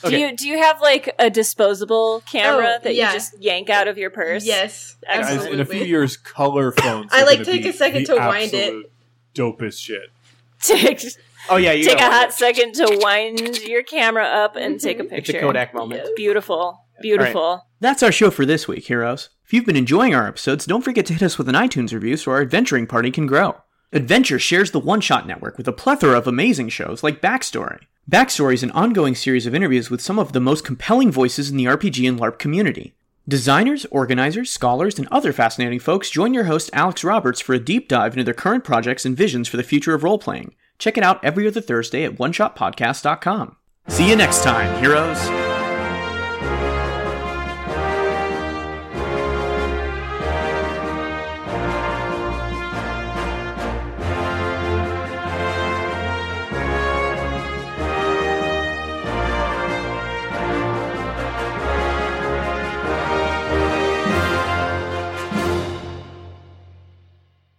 Speaker 3: do you do you have like a disposable camera
Speaker 8: Oh,
Speaker 3: that
Speaker 8: yeah.
Speaker 3: you just yank out of your purse?
Speaker 8: Yes,
Speaker 3: Guys,
Speaker 7: Guys, in a few
Speaker 8: absolutely.
Speaker 7: years, color phones.
Speaker 8: I,
Speaker 7: are
Speaker 8: like,
Speaker 7: gonna
Speaker 8: take
Speaker 7: be
Speaker 8: a second
Speaker 7: the
Speaker 8: to wind it.
Speaker 7: absolute Dopest shit.
Speaker 3: [LAUGHS] Take
Speaker 12: Oh yeah, you
Speaker 3: take a
Speaker 12: know.
Speaker 3: hot second to wind your camera up
Speaker 8: Mm-hmm.
Speaker 3: and take a
Speaker 12: It's
Speaker 3: picture.
Speaker 12: a Kodak moment.
Speaker 3: Beautiful, beautiful.
Speaker 2: That's our show for this week, heroes. If you've been enjoying our episodes, don't forget to hit us with an iTunes review so our adventuring party can grow. Adventure shares the One Shot Network with a plethora of amazing shows like Backstory. Backstory is an ongoing series of interviews with some of the most compelling voices in the RPG and LARP community. Designers, organizers, scholars, and other fascinating folks join your host Alex Roberts for a deep dive into their current projects and visions for the future of role playing. Check it out every other Thursday at oneshotpodcast.com. See you next time, heroes!